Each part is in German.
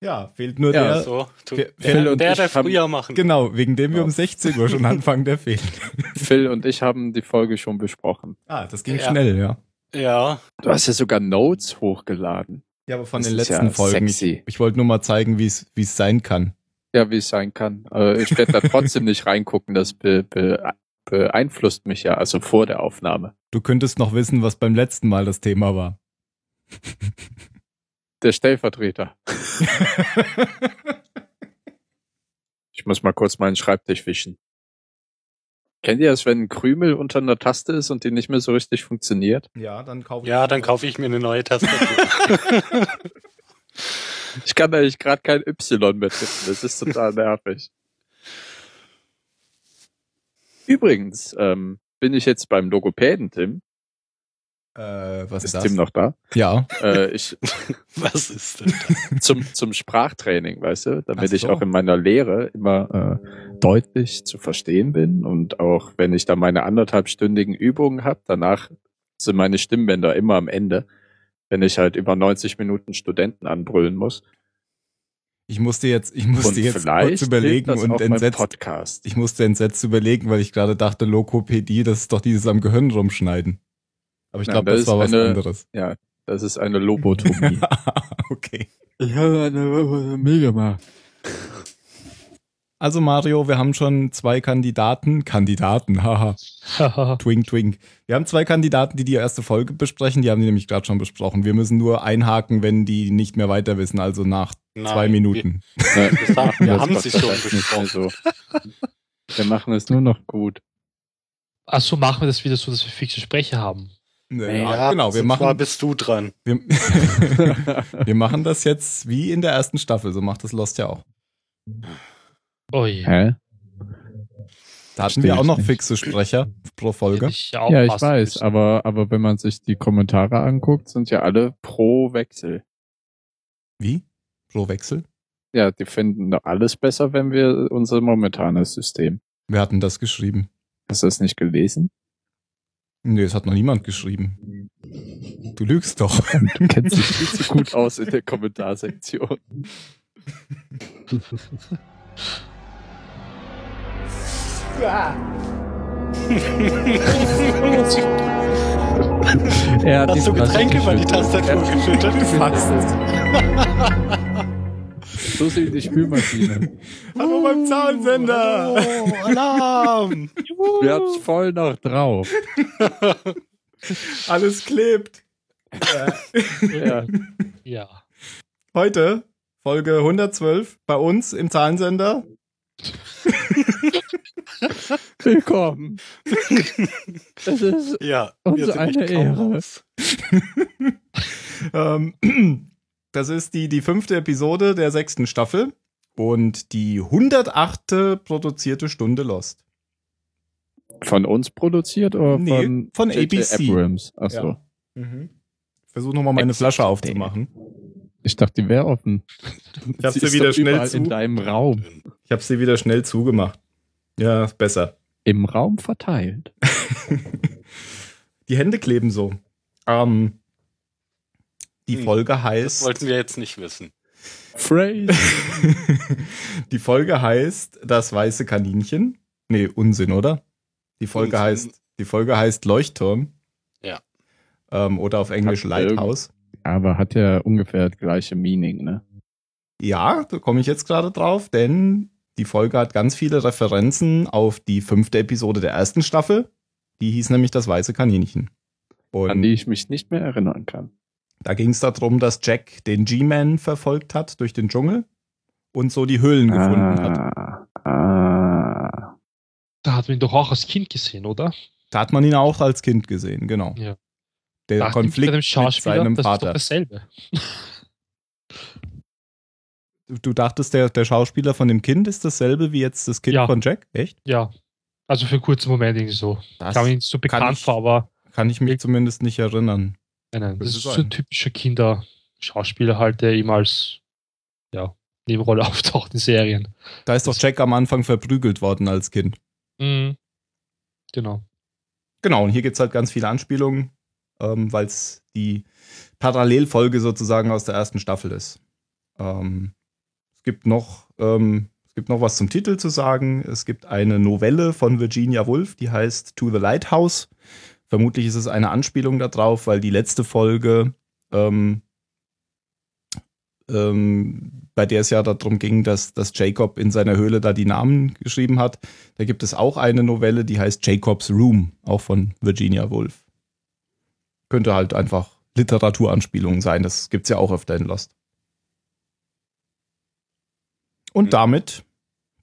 Ja, fehlt nur Ja, der. So, du, Phil- wer, Phil und der, ich der haben- früher machen. Genau, wegen dem wir um 16 Uhr schon anfangen, der fehlt. Phil und ich haben die Folge schon besprochen. Ah, das ging Ja. schnell, ja. Ja, Du hast ja sogar Notes hochgeladen. Ja, aber von Das den ist ja letzten Folgen. sexy. Ich, ich wollte nur mal zeigen, wie es wie es sein kann. Ja, wie es sein kann. Äh, ich werde da trotzdem nicht reingucken. Das be be beeinflusst mich ja, also vor der Aufnahme. Du könntest noch wissen, was beim letzten Mal das Thema war. Der Stellvertreter. Ich muss mal kurz meinen Schreibtisch wischen. Kennt ihr das, wenn ein Krümel unter einer Taste ist und die nicht mehr so richtig funktioniert? ja, dann kaufe ja, dann kaufe ich mir eine neue Tastatur. Ich kann eigentlich gerade kein Y mehr tippen. Das ist total nervig. Übrigens ähm, bin ich jetzt beim Logopäden, Tim. Äh, was Ist ist das? Tim noch da? Ja, Äh, ich, Was ist denn? zum, zum Sprachtraining, weißt du, damit Ach so. ich auch in meiner Lehre immer äh, deutlich zu verstehen bin und auch wenn ich dann meine anderthalbstündigen Übungen habe, danach sind meine Stimmbänder immer am Ende, wenn ich halt über 90 Minuten Studenten anbrüllen muss. ich musste jetzt, ich musste jetzt kurz hilft überlegen das und auch beim entsetzt. Podcast. Ich musste entsetzt überlegen, weil ich gerade dachte, Lokopädie, das ist doch dieses am Gehirn rumschneiden. Aber ich Nein, glaube, das das, ist war was eine- anderes. Das ist eine Lobotomie. okay. ich habe eine Lobotomie gemacht. Also Mario, wir haben schon zwei Kandidaten, Kandidaten, haha, twink, twink. Wir haben zwei Kandidaten, die die erste Folge besprechen, die haben die nämlich gerade schon besprochen. Wir müssen nur einhaken, wenn die nicht mehr weiter wissen, also nach Nein, zwei Minuten. Wir, wir haben sie schon besprochen. So. Also, Wir machen es nur noch gut. Achso, machen wir das wieder so, dass wir fixe Sprecher haben. Nö, ja, genau, wir und Zwar machen, bist du dran. wir, wir machen das jetzt wie in der ersten Staffel, so macht das Lost ja auch. Oh je. Hä? Da hatten Verstehe wir auch ich noch nicht. fixe Sprecher pro Hätte Folge. ich Ja, ich aufpassen weiß, müssen. aber, aber wenn man sich die Kommentare anguckt, sind ja alle pro Wechsel. Wie? Pro Wechsel? Ja, die finden doch alles besser, wenn wir unser momentanes System. Wer hat denn das geschrieben? Hast du das nicht gelesen? Nee, es hat noch niemand geschrieben. Du lügst doch. Du kennst dich viel zu gut aus in der Kommentarsektion. er hat Hast du die Flasche Getränke über die geschüttet. Tastatur geschüttet? So sieht die Spülmaschine. Hallo beim Zahlensender! Oh, Alarm! Wir haben's voll noch drauf. Alles klebt. Äh, Ja. Ja. Heute Folge 112 bei uns im Zahlensender. Willkommen. Das ist Ja, Und wir so sind nicht eine kaum Ehre. raus. Ähm, das ist die, die fünfte Episode der sechsten Staffel und die 108. produzierte Stunde Lost. von uns produziert oder Nee, von, von J.J. ABC. Abrams? Achso. Ja. Mhm. Ich versuche nochmal meine Flasche aufzumachen. Ich dachte, die wäre offen. Ich hab Sie sie ist wieder doch schnell überall zu. in deinem Raum. Ich habe sie wieder schnell zugemacht. Ja, ist besser. Im Raum verteilt. Die Hände kleben so. Ähm, die Hm, Folge Das heißt. wollten wir jetzt nicht wissen. Phrase. die Folge heißt Das weiße Kaninchen. Nee, Unsinn, oder? Die Folge Unsinn. heißt Die Folge heißt Leuchtturm. Ja. Ähm, oder auf Englisch Hat irgend- Lighthouse. Aber hat ja ungefähr das gleiche Meaning, ne? Ja, da komme ich jetzt gerade drauf, denn die Folge hat ganz viele Referenzen auf die fünfte Episode der ersten Staffel. Die hieß nämlich Das weiße Kaninchen. An Und die ich mich nicht mehr erinnern kann. da ging es darum, dass Jack den G-Man verfolgt hat durch den Dschungel und so die Höhlen gefunden hat. Ah, ah. Da hat man ihn doch auch als Kind gesehen, oder? Da hat man ihn auch als Kind gesehen, genau. Ja. Der Dachte ich Konflikt bei dem mit Schauspieler, seinem das Vater. ist doch dasselbe. Du- Du dachtest, der, der Schauspieler von dem Kind ist dasselbe wie jetzt das Kind Ja. von Jack? Echt? Ja. Also für einen kurzen Moment irgendwie so. Das Kam ihm so bekannt ich- vor, aber kann ich mich zumindest nicht erinnern. nein, nein. Das Könnte ist so sein. ein typischer Kinder-Schauspieler halt, der eben als ja, Nebenrolle auftaucht in Serien. Da ist doch Das- Jack am Anfang verprügelt worden als Kind. Mhm. Genau. Genau, und hier gibt es halt ganz viele Anspielungen, ähm, weil es die Parallelfolge sozusagen aus der ersten Staffel ist. Ähm, gibt noch, ähm, es gibt noch was zum Titel zu sagen. Es gibt eine Novelle von Virginia Woolf, die heißt To the Lighthouse. Vermutlich ist es eine Anspielung darauf, weil die letzte Folge, ähm, ähm, bei der es ja darum ging, dass, dass Jacob in seiner Höhle da die Namen geschrieben hat, da gibt es auch eine Novelle, die heißt Jacob's Room, auch von Virginia Woolf. Könnte halt einfach Literaturanspielungen sein. Das gibt es ja auch öfter in Lost. Und Mhm. damit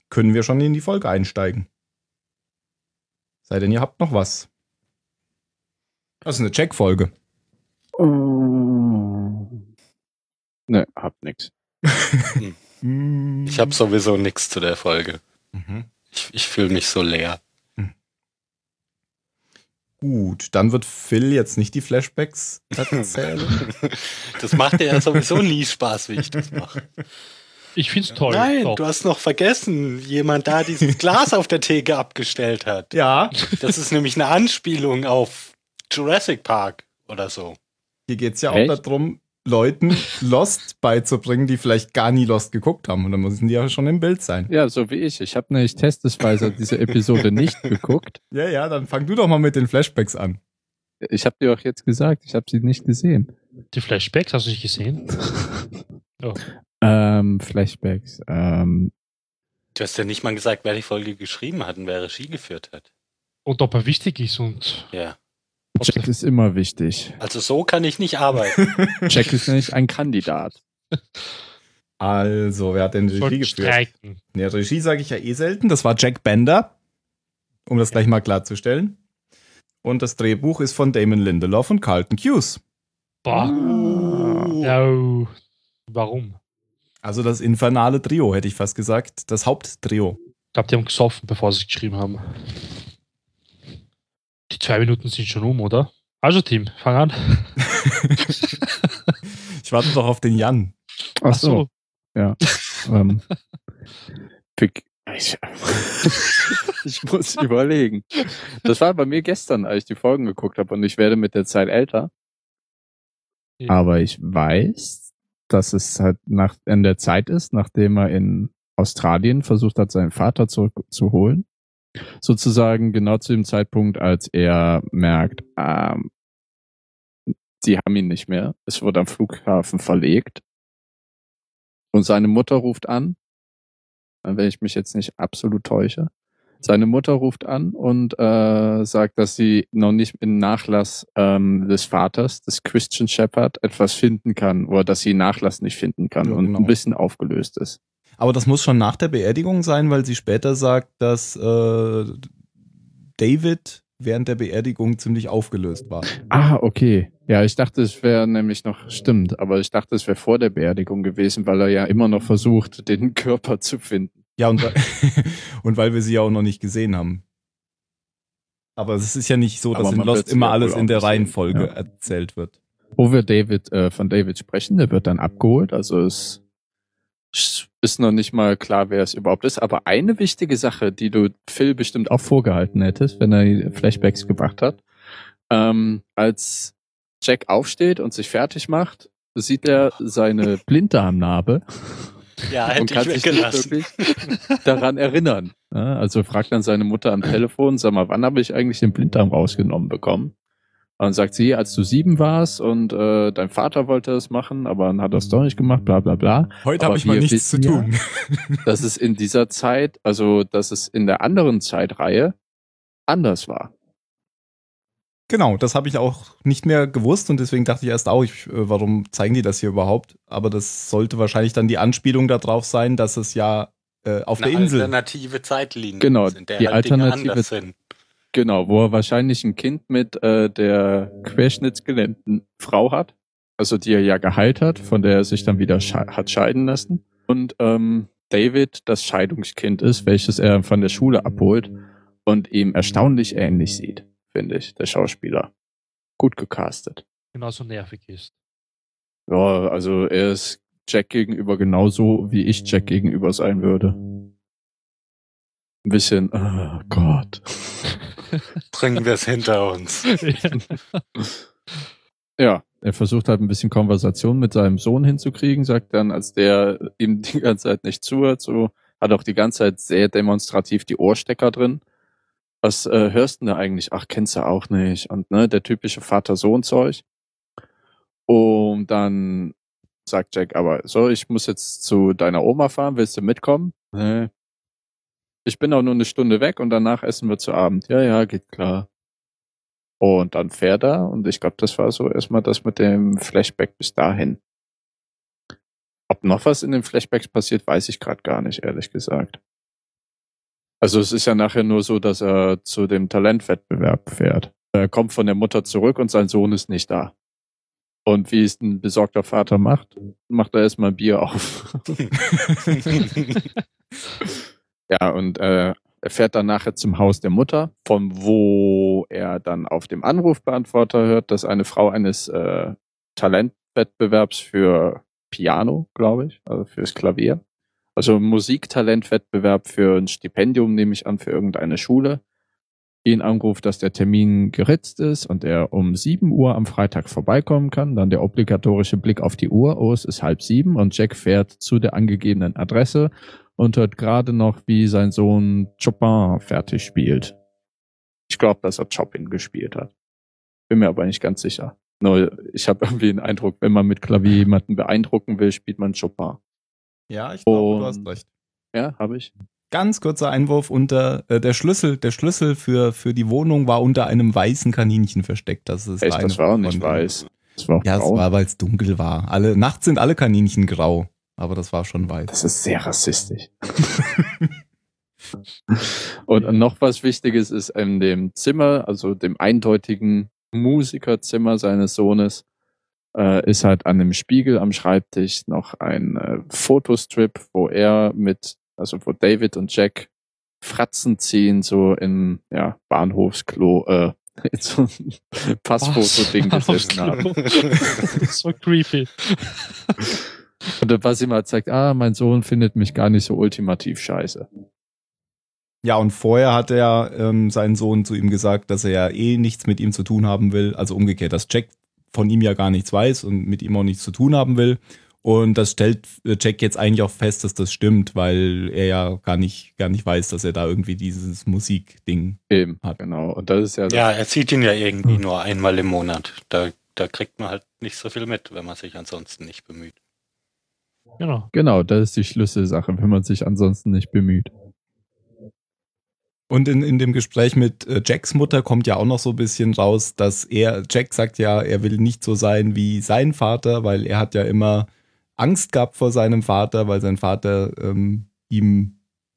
können wir schon in die Folge einsteigen. Sei denn, ihr habt noch was. Das ist eine Check-Folge. Oh. Ne, hab nix. Ich habe sowieso nichts zu der Folge. Mhm. Ich, ich fühle mich so leer. Gut, dann wird Phil jetzt nicht die Flashbacks erzählen. Das macht dir ja sowieso nie Spaß, wie ich das mache. Ich find's toll. Nein, Doch. du hast noch vergessen, wie jemand da dieses Glas auf der Theke abgestellt hat. ja, Das ist nämlich eine Anspielung auf Jurassic Park oder so. hier geht es ja Echt? auch darum, Leuten Lost beizubringen, die vielleicht gar nie Lost geguckt haben. Und dann müssen die ja schon im Bild sein. Ja, so wie ich. Ich habe nämlich testesweise diese Episode nicht geguckt. Ja, ja, dann fang du doch mal mit den Flashbacks an. Ich habe dir auch jetzt gesagt, ich habe sie nicht gesehen. Die Flashbacks hast du nicht gesehen? Oh. Ähm, Flashbacks. Ähm, Du hast ja nicht mal gesagt, wer die Folge geschrieben hat und wer Regie geführt hat. Und ob er wichtig ist und Ja. Check ist immer wichtig. Also so kann ich nicht arbeiten. Check ist nämlich ein Kandidat. Also, wer hat denn Regie soll geführt? streiken. Ja, Regie sage ich ja eh selten. Das war Jack Bender, um das gleich mal klarzustellen. Und das Drehbuch ist von Damon Lindelof und Carlton Hughes. Boah. Ah. Au. Warum? Also das infernale Trio, hätte ich fast gesagt. Das Haupttrio. Ich glaube, die haben gesoffen, bevor sie es geschrieben haben. Die zwei Minuten sind schon um, oder? Also, Team, fang an. Ich warte doch auf den Jan. Ach so. Ähm, Pick. Ich, ich muss überlegen. Das war bei mir gestern, als ich die Folgen geguckt habe und ich werde mit der Zeit älter. Ja. Aber ich weiß, dass es halt nach, in der Zeit ist, nachdem er in Australien versucht hat, seinen Vater zurückzuholen. Sozusagen genau zu dem Zeitpunkt, als er merkt, ähm, die haben ihn nicht mehr. Es wurde am Flughafen verlegt. Und seine Mutter ruft an, wenn ich mich jetzt nicht absolut täusche. Seine Mutter ruft an und äh, sagt, dass sie noch nicht im Nachlass ähm, des Vaters, des Christian Shepherd, etwas finden kann oder dass sie den Nachlass nicht finden kann Ja, und genau. ein bisschen aufgelöst ist. Aber das muss schon nach der Beerdigung sein, weil sie später sagt, dass äh, David während der Beerdigung ziemlich aufgelöst war. Ah, okay. Ja, ich dachte, es wäre nämlich noch stimmt, aber ich dachte, es wäre vor der Beerdigung gewesen, weil er ja immer noch versucht, den Körper zu finden. Ja, und, weil- und weil wir sie ja auch noch nicht gesehen haben. Aber es ist ja nicht so, Aber dass in man Lost wird sie immer ja alles wohl in auch der sehen, Reihenfolge ja. erzählt wird. Wo wir David äh, von David sprechen, der wird dann abgeholt, also es ist noch nicht mal klar, wer es überhaupt ist. Aber eine wichtige Sache, die du Phil bestimmt auch vorgehalten hättest, wenn er die Flashbacks gemacht hat, ähm, als Jack aufsteht und sich fertig macht, sieht er seine Blinddarmnarbe Ja, und hätte kann ich sich nicht Halt weggelassen. wirklich daran erinnern. Ja, also fragt dann seine Mutter am Telefon, sag mal, wann habe ich eigentlich den Blinddarm rausgenommen bekommen? Und dann sagt sie, als du sieben warst und äh, dein Vater wollte das machen, aber dann hat er es doch nicht gemacht, bla bla bla. Heute Aber habe ich mal wir nichts zu wissen ja- tun. Dass es in dieser Zeit, also dass es in der anderen Zeitreihe anders war. Genau, das habe ich auch nicht mehr gewusst und deswegen dachte ich erst auch, ich, äh, warum zeigen die das hier überhaupt? Aber das sollte wahrscheinlich dann die Anspielung darauf sein, dass es ja äh, auf der Eine Insel. alternative Zeitlinie Genau, ist, in der die halt Dinge alternative- anders sind. Genau, wo er wahrscheinlich ein Kind mit äh, der querschnittsgelähmten Frau hat, also die er ja geheilt hat, von der er sich dann wieder sche hat scheiden lassen. Und ähm, David das Scheidungskind ist, welches er von der Schule abholt und ihm erstaunlich ähnlich sieht, finde ich, der Schauspieler. Gut gecastet. Genauso genau nervig ist. Ja, also er ist Jack gegenüber genauso, wie ich Jack gegenüber sein würde. Ein bisschen, oh Gott. Bringen wir es hinter uns. Ja. Ja, er versucht halt ein bisschen Konversation mit seinem Sohn hinzukriegen, sagt dann, als der ihm die ganze Zeit nicht zuhört, so hat auch die ganze Zeit sehr demonstrativ die Ohrstecker drin. Was äh, hörst du denn da eigentlich? Ach, kennst du auch nicht. Und ne, der typische Vater-Sohn-Zeug. Und dann sagt Jack, aber so, ich muss jetzt zu deiner Oma fahren, willst du mitkommen? Nee. Ich bin auch nur eine Stunde weg und danach essen wir zu Abend. Ja, ja, geht klar. Und dann fährt er und ich glaube, das war so erstmal das mit dem Flashback bis dahin. Ob noch was in den Flashbacks passiert, weiß ich gerade gar nicht, ehrlich gesagt. Also es ist ja nachher nur so, dass er zu dem Talentwettbewerb fährt. Er kommt von der Mutter zurück und sein Sohn ist nicht da. Und wie es ein besorgter Vater macht, macht er erstmal ein Bier auf. ja, und äh, er fährt dann nachher zum Haus der Mutter, von wo er dann auf dem Anrufbeantworter hört, dass eine Frau eines äh, Talentwettbewerbs für Piano, glaube ich, also fürs Klavier. Also Musiktalentwettbewerb für ein Stipendium, nehme ich an, für irgendeine Schule ihn anruft, dass der Termin geritzt ist und er um 7 Uhr am Freitag vorbeikommen kann. Dann der obligatorische Blick auf die Uhr. Oh, es ist halb sieben und Jack fährt zu der angegebenen Adresse und hört gerade noch, wie sein Sohn Chopin fertig spielt. Ich glaube, dass er Chopin gespielt hat. Bin mir aber nicht ganz sicher. Nur ich habe irgendwie den Eindruck, wenn man mit Klavier jemanden beeindrucken will, spielt man Chopin. Ja, ich glaube, du hast Und- recht. Ja, habe ich. Ganz kurzer Einwurf unter äh, der Schlüssel, der Schlüssel für, für die Wohnung war unter einem weißen Kaninchen versteckt. Das ist Echt, eine das war auch nicht von- weiß. Das war auch Ja, es braun. war, weil es dunkel war. Alle, nachts sind alle Kaninchen grau, aber das war schon weiß. Das ist sehr rassistisch. Und noch was Wichtiges ist in dem Zimmer, also dem eindeutigen Musikerzimmer seines Sohnes, äh, ist halt an dem Spiegel am Schreibtisch noch ein äh, Fotostrip, wo er mit, also wo David und Jack Fratzen ziehen, so im ja, Bahnhofsklo, äh, in so ein Passfoto-Ding Was? gesessen haben. so creepy. Und was ihm halt zeigt, ah, mein Sohn findet mich gar nicht so ultimativ scheiße. Ja, und vorher hat er ähm, seinen Sohn zu ihm gesagt, dass er ja eh nichts mit ihm zu tun haben will. Also umgekehrt, dass Jack von ihm ja gar nichts weiß und mit ihm auch nichts zu tun haben will. Und das stellt äh, Jack jetzt eigentlich auch fest, dass das stimmt, weil er ja gar nicht, gar nicht weiß, dass er da irgendwie dieses Musikding. Eben, Hat. genau. Und das ist ja, das- Ja, er sieht ihn ja irgendwie nur einmal im Monat. Da, da kriegt man halt nicht so viel mit, wenn man sich ansonsten nicht bemüht. Genau. genau, das ist die Schlüsselsache, wenn man sich ansonsten nicht bemüht. Und in, in dem Gespräch mit äh, Jacks Mutter kommt ja auch noch so ein bisschen raus, dass er, Jack sagt ja, er will nicht so sein wie sein Vater, weil er hat ja immer Angst gehabt vor seinem Vater, weil sein Vater ähm, ihm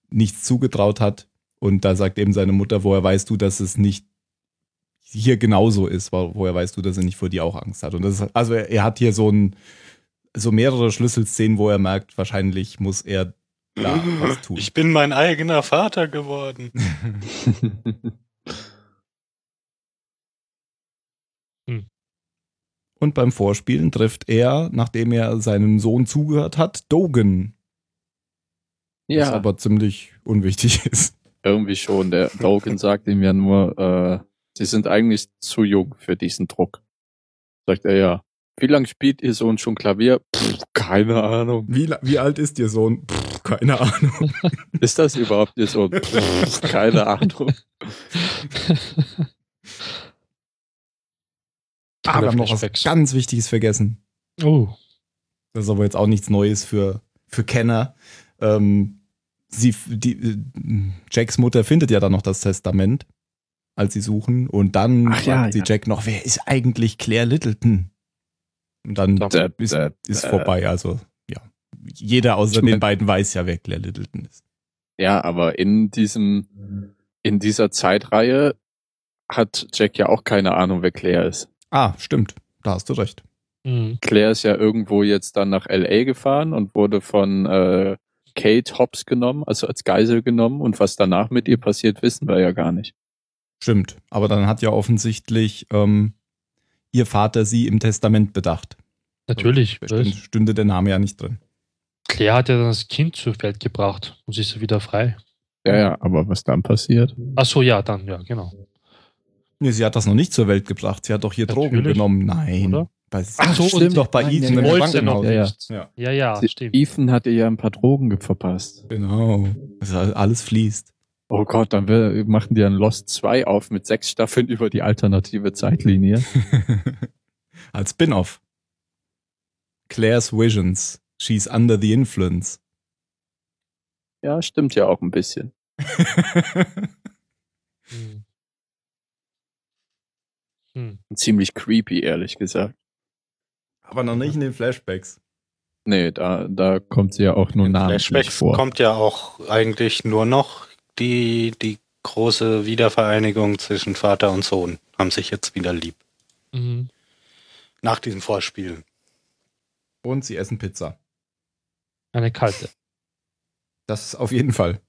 nichts zugetraut hat. Und da sagt eben seine Mutter, woher weißt du, dass es nicht hier genauso ist? Wo- Woher weißt du, dass er nicht vor dir auch Angst hat? Und das ist, also er, er hat hier so ein, so mehrere Schlüsselszenen, wo er merkt, wahrscheinlich muss er da was tun. Ich bin mein eigener Vater geworden. Und beim Vorspielen trifft er, nachdem er seinem Sohn zugehört hat, Dogen, was ja, aber aber ziemlich unwichtig ist. irgendwie schon. Der Logan sagt ihm ja nur, äh, sie sind eigentlich zu jung für diesen Druck. Sagt er ja. Wie lange spielt ihr Sohn schon Klavier? Pff, keine Ahnung. Wie, la- wie alt ist ihr Sohn? Pff, keine Ahnung. Ist das überhaupt ihr Sohn? Pff, keine Ahnung. Ah, wir haben noch was Flashbacks. ganz Wichtiges vergessen. Oh, Das ist aber jetzt auch nichts Neues für, für Kenner. Ähm, sie, die, äh, Jacks Mutter findet ja dann noch das Testament, als sie suchen. Und dann Ach ja, fragt sie ja. Jack noch, wer ist eigentlich Claire Littleton? Und dann Da- Da- ist, da- ist da- vorbei. Also, ja. Jeder außer Ich mein- den beiden weiß ja, wer Claire Littleton ist. Ja, aber in diesem, in dieser Zeitreihe hat Jack ja auch keine Ahnung, wer Claire ist. Ah, stimmt. Da hast du recht. mhm. Claire ist ja irgendwo jetzt dann nach LA gefahren und wurde von äh, Kate Hobbs genommen, also als Geisel genommen. Und was danach mit ihr passiert, wissen wir ja gar nicht. Stimmt. Aber dann hat ja offensichtlich ähm, ihr Vater sie im Testament bedacht. natürlich. Bestimmt Was? stünde der Name ja nicht drin. Claire hat ja dann das Kind zur Welt gebracht und sie ist ja wieder frei. Ja, ja, aber was dann passiert? Ach so, ja, dann, ja, genau. Nee, sie hat das noch nicht zur Welt gebracht. Sie hat doch hier Drogen Natürlich. genommen. Nein. Oder? Bei, Ach so, und stimmt, doch bei nein, Ethan ja, im ja. Wollte noch Krankenhaus. Ja, ja. nicht. Ja. Ja, ja, Ah, stimmt. Ethan hatte ja ein paar Drogen verpasst. Genau. Also alles fließt. Oh Gott, dann will, machen die einen Lost 2 auf mit sechs Staffeln über die alternative Zeitlinie. Als Spin-off. Claire's Visions. She's under the influence. Ja, stimmt ja auch ein bisschen. Hm. Hm. Ziemlich creepy, ehrlich gesagt. Aber noch nicht in den Flashbacks. Nee, da, da kommt sie ja auch nur In namentlich Flashbacks vor. kommt ja auch eigentlich nur noch die, die große Wiedervereinigung zwischen Vater und Sohn. Haben sich jetzt wieder lieb. Mhm. Nach diesem Vorspiel. Und sie essen Pizza. Eine kalte. Das auf jeden Fall.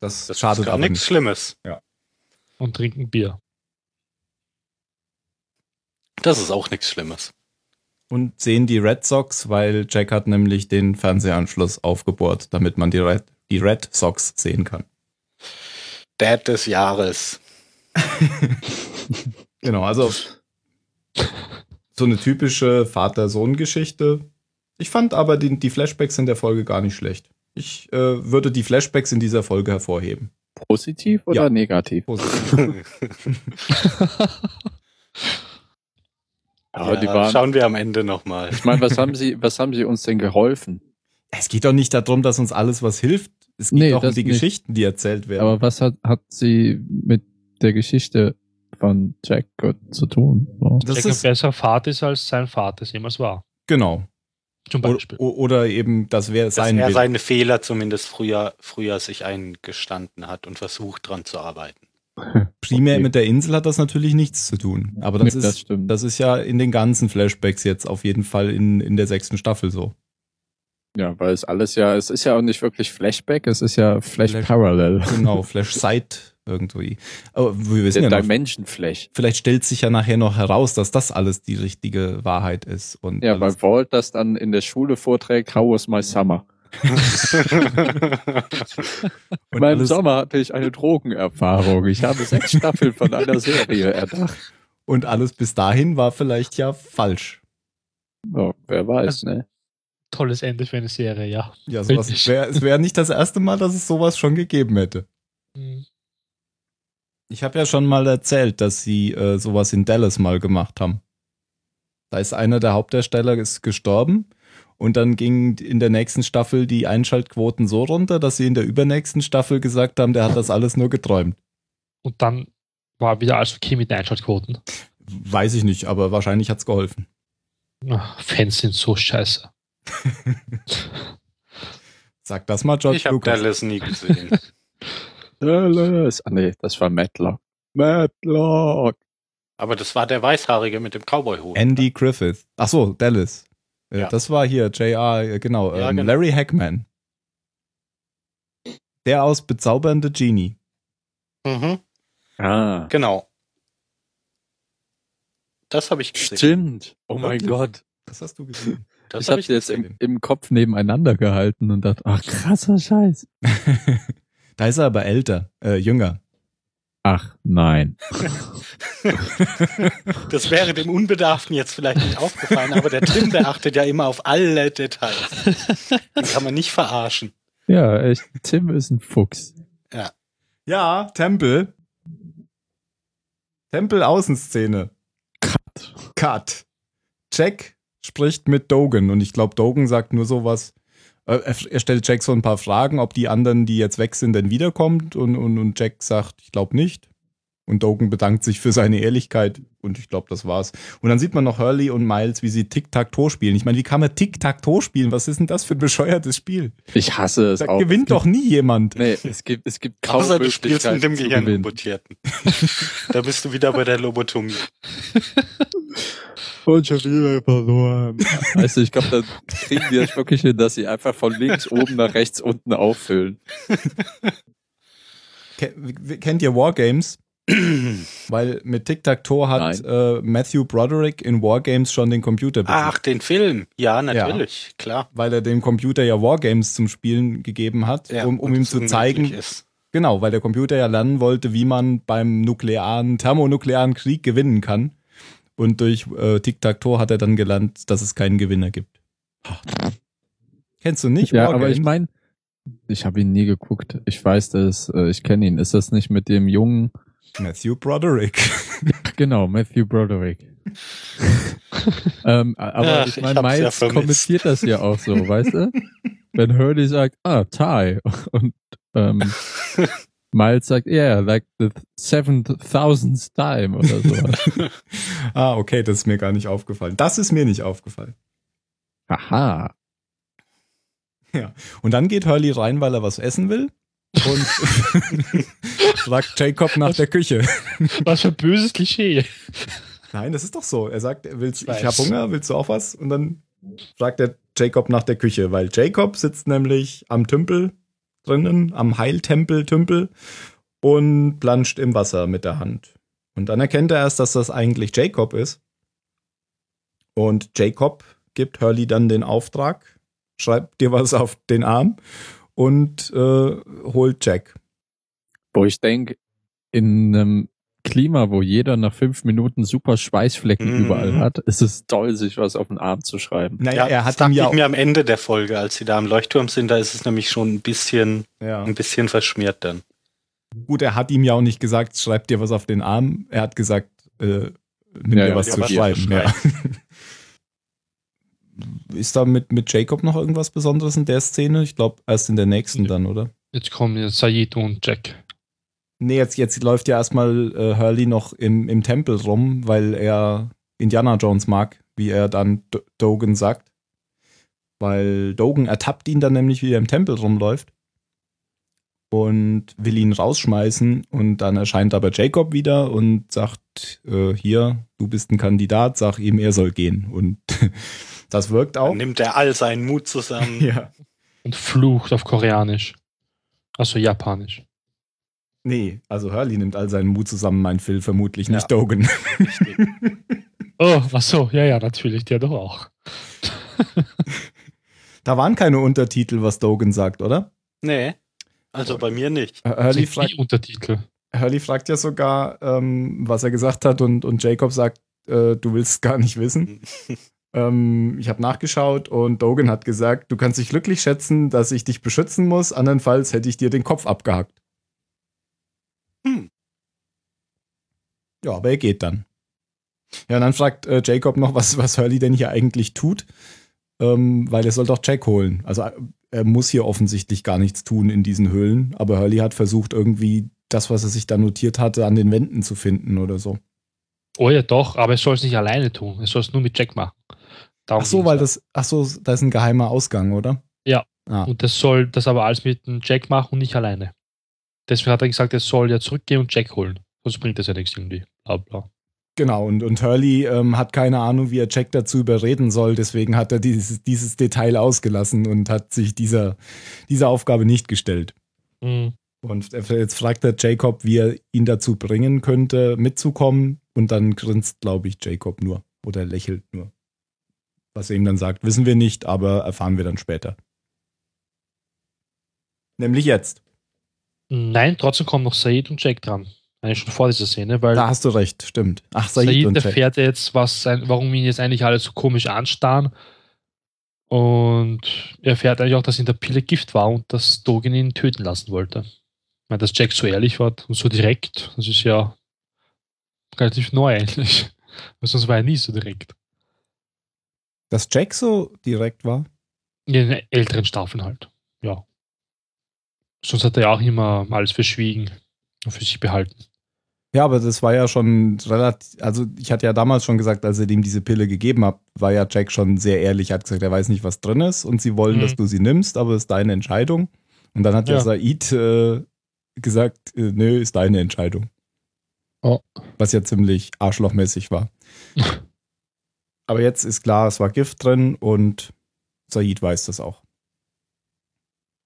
Das, Das schadet ist gar aber nichts nicht. Schlimmes. Und trinken Bier. Das ist auch nichts Schlimmes. Und sehen die Red Sox, weil Jack hat nämlich den Fernsehanschluss aufgebohrt, damit man die Red, die Red Sox sehen kann. Dad des Jahres. Genau, also so eine typische Vater-Sohn-Geschichte. Ich fand aber die, die Flashbacks in der Folge gar nicht schlecht. Ich äh, würde die Flashbacks in dieser Folge hervorheben. Positiv oder Ja. negativ? Positiv. Ja, die Ja, waren, schauen wir am Ende nochmal. ich meine, was haben sie, was haben sie uns denn geholfen? Es geht doch nicht darum, dass uns alles was hilft. Es geht Nee, doch um das die nicht. Geschichten, die erzählt werden. Aber was hat, hat sie mit der Geschichte von Jack Good zu tun? So. das Jack ein ist besserer Vater ist, als sein Vater es jemals war. genau. Zum O- Beispiel. o- Oder eben, dass wer Dass sein er will. seine Fehler zumindest früher, früher sich eingestanden hat und versucht dran zu arbeiten. Primär Okay. mit der Insel hat das natürlich nichts zu tun. Aber das Nee, ist das stimmt. das ist ja in den ganzen Flashbacks jetzt auf jeden Fall in, in der sechsten Staffel so. Ja, weil es alles ja, es ist ja auch nicht wirklich Flashback, es ist ja Flash, Flash- Parallel. Genau, Flash Sight irgendwie. Aber wir wissen Der ja noch, Dimension Flash. vielleicht stellt sich ja nachher noch heraus, dass das alles die richtige Wahrheit ist. Und Ja, alles, weil Walt das dann in der Schule vorträgt, How was my summer? In und meinem alles, Sommer hatte ich eine Drogenerfahrung. Ich habe sechs Staffeln von einer Serie erdacht. und alles bis dahin war vielleicht ja falsch. Ja, wer weiß, Also- ne? Tolles Ende für eine Serie, ja. Ja, sowas Richtig. wär, es wäre nicht das erste Mal, dass es sowas schon gegeben hätte. Mhm. Ich habe ja schon mal erzählt, dass sie äh, sowas in Dallas mal gemacht haben. Da ist einer der Hauptdarsteller ist gestorben und dann gingen in der nächsten Staffel die Einschaltquoten so runter, dass sie in der übernächsten Staffel gesagt haben, der hat das alles nur geträumt. Und dann war wieder alles okay mit den Einschaltquoten. Weiß ich nicht, aber wahrscheinlich hat's geholfen. Ach, Fans sind so scheiße. Sag das mal, George ich habe Lucas. Dallas nie gesehen. Dallas. Ah, nee, das war Matlock. Matlock. Aber das war der Weißhaarige mit dem Cowboy-Hut. Andy Griffith. Ach so, Dallas. Äh, Ja. Das war hier JR, äh, genau, Ja, ähm, genau. Larry Hackman. Der aus Bezaubernde Genie. Mhm, Ah. genau. Das habe ich gesehen. Stimmt. Oh mein Wirklich? Gott. Das hast du gesehen. Das ich habe sie jetzt im, im Kopf nebeneinander gehalten und dachte, ach krasser Scheiß. da ist er aber älter, äh, jünger. Ach nein. Das wäre dem Unbedarften jetzt vielleicht nicht aufgefallen, aber der Tim, der achtet ja immer auf alle Details. Den kann man nicht verarschen. Ja, echt. Tim ist ein Fuchs. Ja, Tempel. Tempel Außenszene. Cut. Cut. Jack spricht mit Dogan und ich glaube, Dogan sagt nur sowas. äh, Er, er stellt Jack so ein paar Fragen, ob die anderen, die jetzt weg sind, denn wiederkommt und, und, und Jack sagt, ich glaube nicht. Und Dogan bedankt sich für seine Ehrlichkeit und ich glaube, das war's. Und dann sieht man noch Hurley und Miles, wie sie Tic-Tac-Toe spielen. Ich meine, wie kann man Tic-Tac-Toe spielen? Was ist denn das für ein bescheuertes Spiel? Ich hasse es Da auch. gewinnt doch nie jemand. Nee, es gibt, es gibt kaum Außer du spielst Möglichkeiten mit dem zu Gehirnmutierten. da bist du wieder bei der Lobotomie. Und schon wieder verloren. Weißt du, ich glaube, dann kriegen die das wirklich hin, dass sie einfach von links oben nach rechts unten auffüllen. Ke- Kennt ihr Wargames? Weil mit Tic-Tac-Toe hat Nein. äh, Matthew Broderick in Wargames schon den Computer Ach, den Film. Ja, natürlich, klar. Weil er dem Computer ja Wargames zum Spielen gegeben hat, Ja, um, um und ihm es zu unmöglich zeigen, Ist. genau, weil der Computer ja lernen wollte, wie man beim nuklearen, thermonuklearen Krieg gewinnen kann. Und durch äh, Tic-Tac-Toe hat er dann gelernt, dass es keinen Gewinner gibt. Kennst du nicht? ja, Morgan? aber ich meine, ich habe ihn nie geguckt. Ich weiß das, äh, ich kenne ihn. Ist das nicht mit dem jungen, Matthew Broderick. genau, Matthew Broderick? ähm, aber Ach, ich ich meine, hab's ja Miles vermisst. kommentiert das ja auch so, weißt du? Wenn Hurley sagt, ah, Thai. Und ähm, Miles sagt, yeah, like the seven thousandth time oder sowas. ah, okay, das ist mir gar nicht aufgefallen. Das ist mir nicht aufgefallen. Aha. Und dann geht Hurley rein, weil er was essen will. Und fragt Jacob nach der Küche. Was für ein böses Klischee. Nein, das ist doch so. Er sagt, er willst, Ich ich, weiß. habe Hunger, willst du auch was? Und dann fragt er Jacob nach der Küche, weil Jacob sitzt nämlich am Tümpel drinnen, am Heiltempel-Tümpel und planscht im Wasser mit der Hand. Und dann erkennt er erst, dass das eigentlich Jacob ist. Und Jacob gibt Hurley dann den Auftrag, schreibt dir was auf den Arm und äh, holt Jack. Wo ich denke, in einem Klima, wo jeder nach fünf Minuten super Schweißflecken Mhm. überall hat, ist es toll, sich was auf den Arm zu schreiben. Naja, er das hat ihm um dachte ja ich mir am Ende der Folge, als sie da am Leuchtturm sind, da ist es nämlich schon ein bisschen, ja. ein bisschen verschmiert dann. Gut, er hat ihm ja auch nicht gesagt, schreib dir was auf den Arm. Er hat gesagt, äh, nimm Ja, dir ja, was ja, zu was zu schreiben. Ja. Ist da mit, mit Jacob noch irgendwas Besonderes in der Szene? Ich glaube, erst in der nächsten Nee. dann, oder? Jetzt kommen jetzt Said und Jack. Nee, jetzt, jetzt läuft ja erstmal äh, Hurley noch im, im Tempel rum, weil er Indiana Jones mag, wie er dann D Dogen sagt. Weil Dogen ertappt ihn dann nämlich, wie er im Tempel rumläuft. Und will ihn rausschmeißen. Und dann erscheint aber Jacob wieder und sagt: äh, Hier, du bist ein Kandidat, sag ihm, er soll gehen. Und das wirkt auch. Dann nimmt er all seinen Mut zusammen. Ja. Und flucht auf Koreanisch. Also Japanisch. Nee, also Hurley nimmt all seinen Mut zusammen, mein Phil, vermutlich nicht Dogen. Oh, ach so, ja, ja, natürlich, der doch auch. Da waren keine Untertitel, was Dogen sagt, oder? Nee. Also bei mir nicht. Äh, Hurley Sind fragt, die Untertitel. Hurley fragt ja sogar, ähm, was er gesagt hat, und, und Jacob sagt, äh, du willst es gar nicht wissen. ähm, ich habe nachgeschaut und Dogan hat gesagt, du kannst dich glücklich schätzen, dass ich dich beschützen muss, andernfalls hätte ich dir den Kopf abgehackt. Hm. Ja, aber er geht dann. Ja, und dann fragt äh, Jacob noch, was, was Hurley denn hier eigentlich tut, ähm, weil er soll doch Jack holen. Also äh, er muss hier offensichtlich gar nichts tun in diesen Höhlen, aber Hurley hat versucht, irgendwie das, was er sich da notiert hatte, an den Wänden zu finden oder so. Oh ja, doch, aber es soll es nicht alleine tun. Es soll es nur mit Jack machen. Darum Ach so, ging's weil ja. das, ach so, da ist ein geheimer Ausgang, oder? Und das soll das aber alles mit dem Jack machen und nicht alleine. Deswegen hat er gesagt, er soll ja zurückgehen und Jack holen. Sonst bringt das ja nichts irgendwie. Bla bla. Genau, und, und Hurley ähm, hat keine Ahnung, wie er Jack dazu überreden soll, deswegen hat er dieses, dieses Detail ausgelassen und hat sich dieser, dieser Aufgabe nicht gestellt. Mhm. Und er- jetzt fragt er Jacob, wie er ihn dazu bringen könnte, mitzukommen. Und dann grinst, glaube ich, Jacob nur oder lächelt nur. Was er ihm dann sagt, wissen wir nicht, aber erfahren wir dann später. Nämlich jetzt. Nein, trotzdem kommen noch Said und Jack dran. Eigentlich schon vor dieser Szene, weil Da hast du recht, stimmt. Ach, Said, Said und Jack. erfährt ja jetzt, was sein, warum ihn jetzt eigentlich alle so komisch anstarren. Und er erfährt eigentlich auch, dass in der Pille Gift war und dass Dogen ihn töten lassen wollte. Ich meine, dass Jack so ehrlich war und so direkt, das ist ja relativ neu eigentlich. Weil sonst war er nie so direkt. Dass Jack so direkt war. In den älteren Staffeln halt. Ja. Sonst hat er ja auch immer alles verschwiegen und für sich behalten. Ja, aber das war ja schon relativ, also ich hatte ja damals schon gesagt, als ihr ihm diese Pille gegeben habt, war ja Jack schon sehr ehrlich, hat gesagt, er weiß nicht, was drin ist und sie wollen, Mhm. dass du sie nimmst, aber es ist deine Entscheidung. Und dann hat ja, Ja. Said äh, gesagt, äh, nö, ist deine Entscheidung. Ja. Was ja ziemlich arschlochmäßig war. aber jetzt ist klar, es war Gift drin und Said weiß das auch.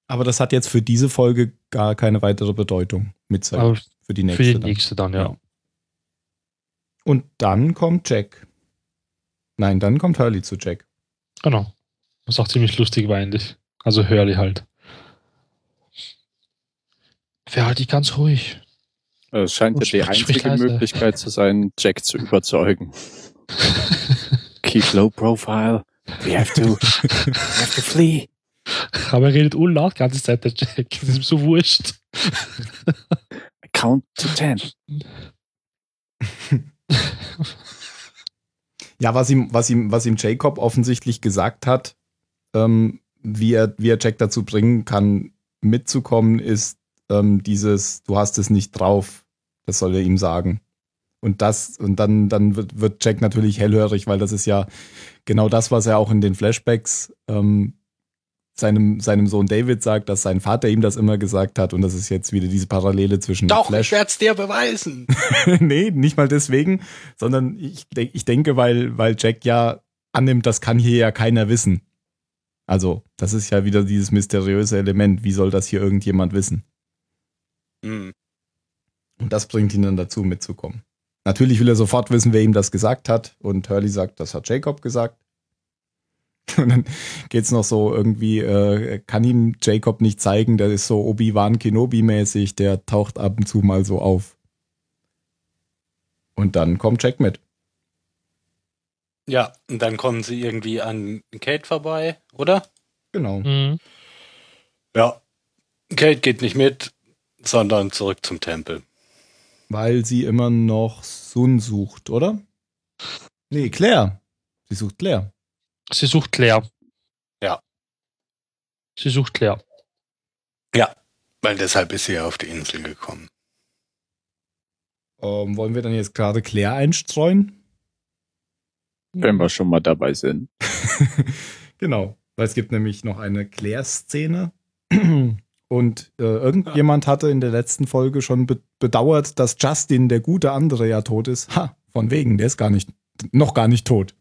Aber das hat jetzt für diese Folge gar keine weitere Bedeutung mit Said. Aber für die Also für nächste. die dann. nächste dann, ja. Ja. Und dann kommt Jack. Nein, dann kommt Hurley zu Jack. Genau. Was auch ziemlich lustig war eigentlich. Also Hurley halt. Wäre halt nicht ganz ruhig. Also Es scheint ja Und die sprich- sprich einzige leise. Möglichkeit zu sein, Jack zu überzeugen. Keep low profile. We have to, we have to flee. Aber er redet unlaut die ganze Zeit, der Jack. Das ist ihm so wurscht. Count to ten. Ja, was ihm, was ihm, was ihm Jacob offensichtlich gesagt hat, ähm, wie, er, wie er Jack dazu bringen kann, mitzukommen, ist ähm, dieses, du hast es nicht drauf. Das soll er ihm sagen. Und das, und dann, dann wird, wird Jack natürlich hellhörig, weil das ist ja genau das, was er auch in den Flashbacks ähm, seinem, seinem Sohn David sagt, dass sein Vater ihm das immer gesagt hat. Und das ist jetzt wieder diese Parallele zwischen Doch, Flash ich werde es dir beweisen. nee, nicht mal deswegen, sondern ich, denk- ich denke, weil, weil Jack ja annimmt, das kann hier ja keiner wissen. Also, das ist ja wieder dieses mysteriöse Element. Wie soll das hier irgendjemand wissen? Hm. Und das bringt ihn dann dazu, mitzukommen. Natürlich will er sofort wissen, wer ihm das gesagt hat. Und Hurley sagt, das hat Jacob gesagt. Und dann geht's noch so irgendwie, äh, kann ihm Jacob nicht zeigen, der ist so Obi-Wan Kenobi-mäßig, der taucht ab und zu mal so auf. Und dann kommt Jack mit. Ja, und dann kommen sie irgendwie an Kate vorbei, oder? Genau. Mhm. Ja. Kate geht nicht mit, sondern zurück zum Tempel. Weil sie immer noch Sun sucht, oder? Nee, Claire. Sie sucht Claire. Sie sucht Claire. Ja. Sie sucht Claire. Weil deshalb ist sie ja auf die Insel gekommen. Ähm, wollen wir dann jetzt gerade Claire einstreuen? Wenn wir schon mal dabei sind. genau. Weil es gibt nämlich noch eine Claire-Szene. Und äh, irgendjemand hatte in der letzten Folge schon be bedauert, dass Justin, der gute andere, ja tot ist. Ha, von wegen, der ist gar nicht, noch gar nicht tot.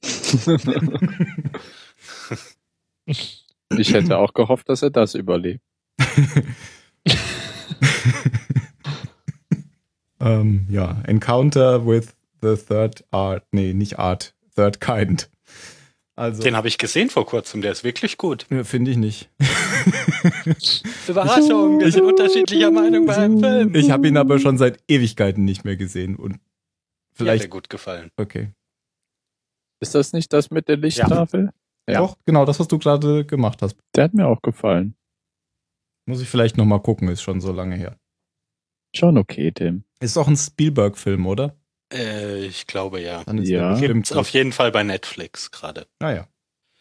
Ich hätte auch gehofft, dass er das überlebt. Ähm, ja, Encounter with the Third Art. Nee, nicht Art. Third Kind. Also, Den habe ich gesehen vor kurzem, der ist wirklich gut. Ja, finde ich nicht. Überraschung, wir sind unterschiedlicher Meinung bei einem Film. Ich habe ihn aber schon seit Ewigkeiten nicht mehr gesehen und Vielleicht. Hat vielleicht. dir gut gefallen. Okay. Ist das nicht das mit der Lichttafel? Ja. Doch, genau, das, was du gerade gemacht hast. Der hat mir auch gefallen. Muss ich vielleicht nochmal gucken, ist schon so lange her. Schon okay, Tim. Ist auch ein Spielberg-Film, oder? Äh, ich glaube ja. Dann ist Ja. der bestimmt Ah, Ist auf jeden Fall bei Netflix gerade. Naja.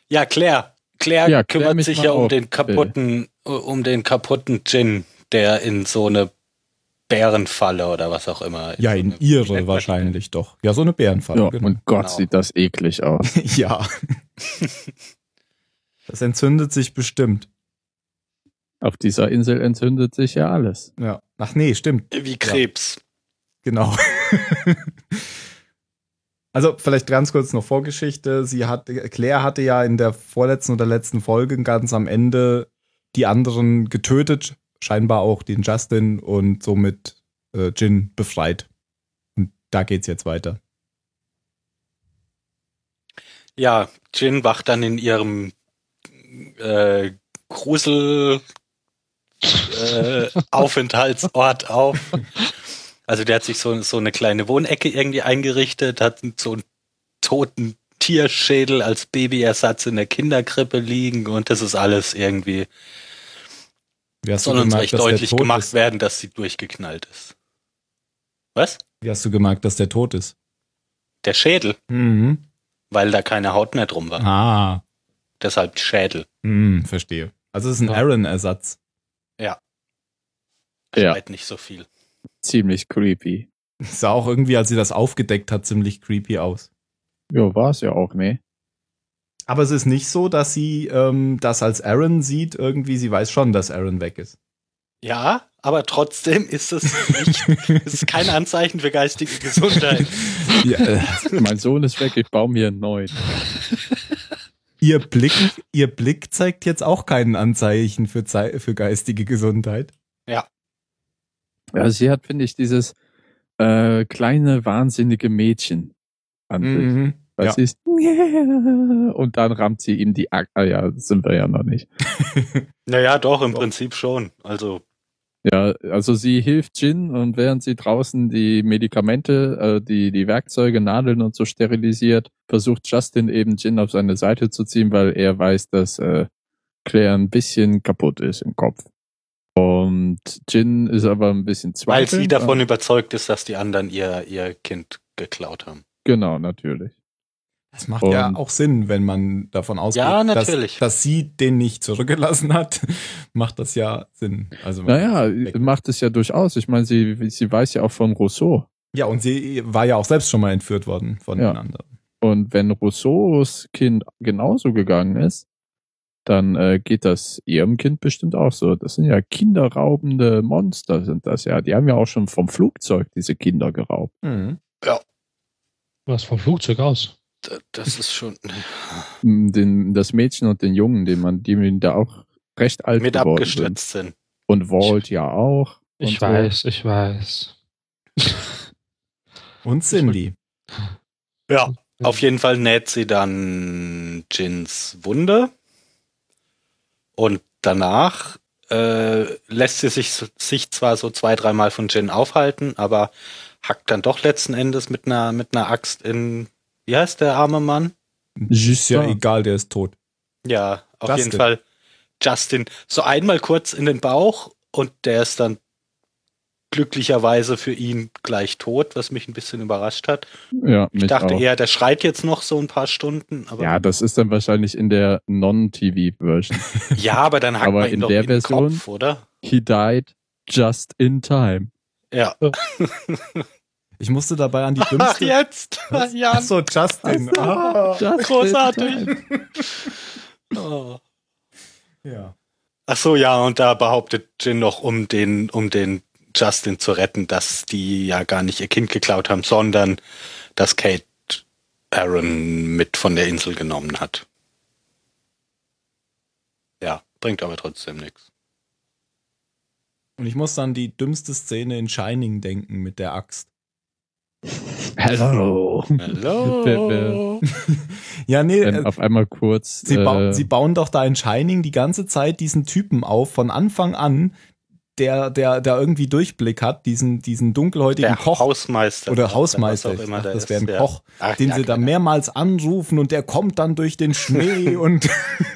Ja, Claire. Claire Ja, Claire kümmert mich sich mal ja um auf, den kaputten, um den kaputten Gin, der in so eine Bärenfalle oder was auch immer. Ja, so in eine- wie nennt ihre man wahrscheinlich doch. Ja, so eine Bärenfalle. Ja, genau. und Gott, Genau. sieht das eklig aus. ja. Das entzündet sich bestimmt. Auf dieser Insel entzündet sich ja alles. Ja. Ach nee, stimmt. die? Wie Krebs. Genau. Also vielleicht ganz kurz noch Vorgeschichte. Sie hat, Claire hatte ja in der vorletzten oder letzten Folge ganz am Ende die anderen getötet, scheinbar auch den Justin und somit äh, Jin befreit. Und da geht's jetzt weiter. Ja, Jin wacht dann in ihrem äh, Grusel äh, Aufenthaltsort auf. Also der hat sich so, so eine kleine Wohnecke irgendwie eingerichtet, hat so einen toten Tierschädel als Babyersatz in der Kinderkrippe liegen und das ist alles irgendwie, Wie hast, soll uns gemerkt, recht dass der deutlich tot gemacht ist? werden, dass sie durchgeknallt ist. Was? Wie hast du gemerkt, dass der tot ist? Der Schädel, Mhm. weil da keine Haut mehr drum war. Ah, Deshalb Schädel. mhm, verstehe. Also es ist ein Ja. Aaron-Ersatz. Ja, Schreit nicht so viel. ziemlich creepy. Sah auch irgendwie, als sie das aufgedeckt hat, ziemlich creepy aus. Ja, war es ja auch, ne? Aber es ist nicht so, dass sie ähm, das als Aaron sieht. Irgendwie, sie weiß schon, dass Aaron weg ist. Ja, aber trotzdem ist es nicht, es ist kein Anzeichen für geistige Gesundheit. Ja, äh, Mein Sohn ist weg, ich baue mir einen neuen. ihr, Blick, ihr Blick zeigt jetzt auch keinen Anzeichen für, Zei- für geistige Gesundheit. Ja, sie hat, finde ich, dieses äh, kleine, wahnsinnige Mädchen an Mhm, sich. Weil ja. sie ist, und dann rammt sie ihm die Ak Ah ja, sind wir ja noch nicht. Naja, doch, im Prinzip schon. Also, Ja, also sie hilft Jin und während sie draußen die Medikamente, äh, die, die Werkzeuge, Nadeln und so sterilisiert, versucht Justin eben Jin auf seine Seite zu ziehen, weil er weiß, dass äh, Claire ein bisschen kaputt ist im Kopf. Und Jin ist aber ein bisschen Weil zweifelnd. sie davon aber- überzeugt ist, dass die anderen ihr, ihr Kind geklaut haben. Genau, natürlich. Das macht Und- ja auch Sinn, wenn man davon ausgeht, Ja, dass, natürlich. dass sie den nicht zurückgelassen hat, macht das ja Sinn. Also Naja, äh, weg- macht es ja durchaus. Ich meine, sie, sie weiß ja auch von Rousseau. ja, und sie war ja auch selbst schon mal entführt worden von Ja. den anderen. Und wenn Rousseaus Kind genauso gegangen ist, dann äh, geht das ihrem Kind bestimmt auch so. Das sind ja kinderraubende Monster, sind das ja. Die haben ja auch schon vom Flugzeug diese Kinder geraubt. Mhm. Was vom Flugzeug aus? D- Das ist schon Hm, Den, das Mädchen und den Jungen, den man, die man da auch recht alt mit geworden sind. abgestürzt sind. Und Walt ja auch. Ich und weiß, ich weiß. Und Cindy. Ja, auf jeden Fall näht sie dann Jins Wunde und danach äh, lässt sie sich, sich zwar so zwei, dreimal von Jin aufhalten, aber hackt dann doch letzten Endes mit einer, mit einer Axt in, wie heißt der arme Mann? Ist ja egal, der ist tot. Ja, auf Justin. jeden Fall Justin. So einmal kurz in den Bauch und der ist dann glücklicherweise für ihn gleich tot, was mich ein bisschen überrascht hat. So. Ja, Ich mich dachte auch. eher, der schreit jetzt noch so ein paar Stunden, aber ja, das ist dann wahrscheinlich in der Non-TV-Version. Ja, aber dann hackt Aber man ihn in doch der in den Version- Kopf, oder? He died just in time. Ja. Ich musste dabei an die Ach, dümmste. jetzt! Was? Ach Jan! so, Justin. Ah. Just großartig. In time. Oh. Ja. Ach so, ja, und da behauptet Jin noch, um den, um den Justin zu retten, dass die ja gar nicht ihr Kind geklaut haben, sondern dass Kate Aaron mit von der Insel genommen hat. Ja, bringt aber trotzdem nichts. Und ich musste an die dümmste Szene in Shining denken mit der Axt. Hello. Hm. Wer- Hallo! wer- Ja, nee, Wenn äh, auf einmal kurz. sie, ba äh, sie bauen doch da in Shining die ganze Zeit diesen Typen auf, von Anfang an, der, der, der irgendwie Durchblick hat, diesen, diesen dunkelhäutigen Der Koch. Hausmeister. oder was Hausmeister, auch ich immer dachte, der das ist, wäre ein ja. Koch, Ach, den ja, sie da genau. mehrmals anrufen und der kommt dann durch den Schnee und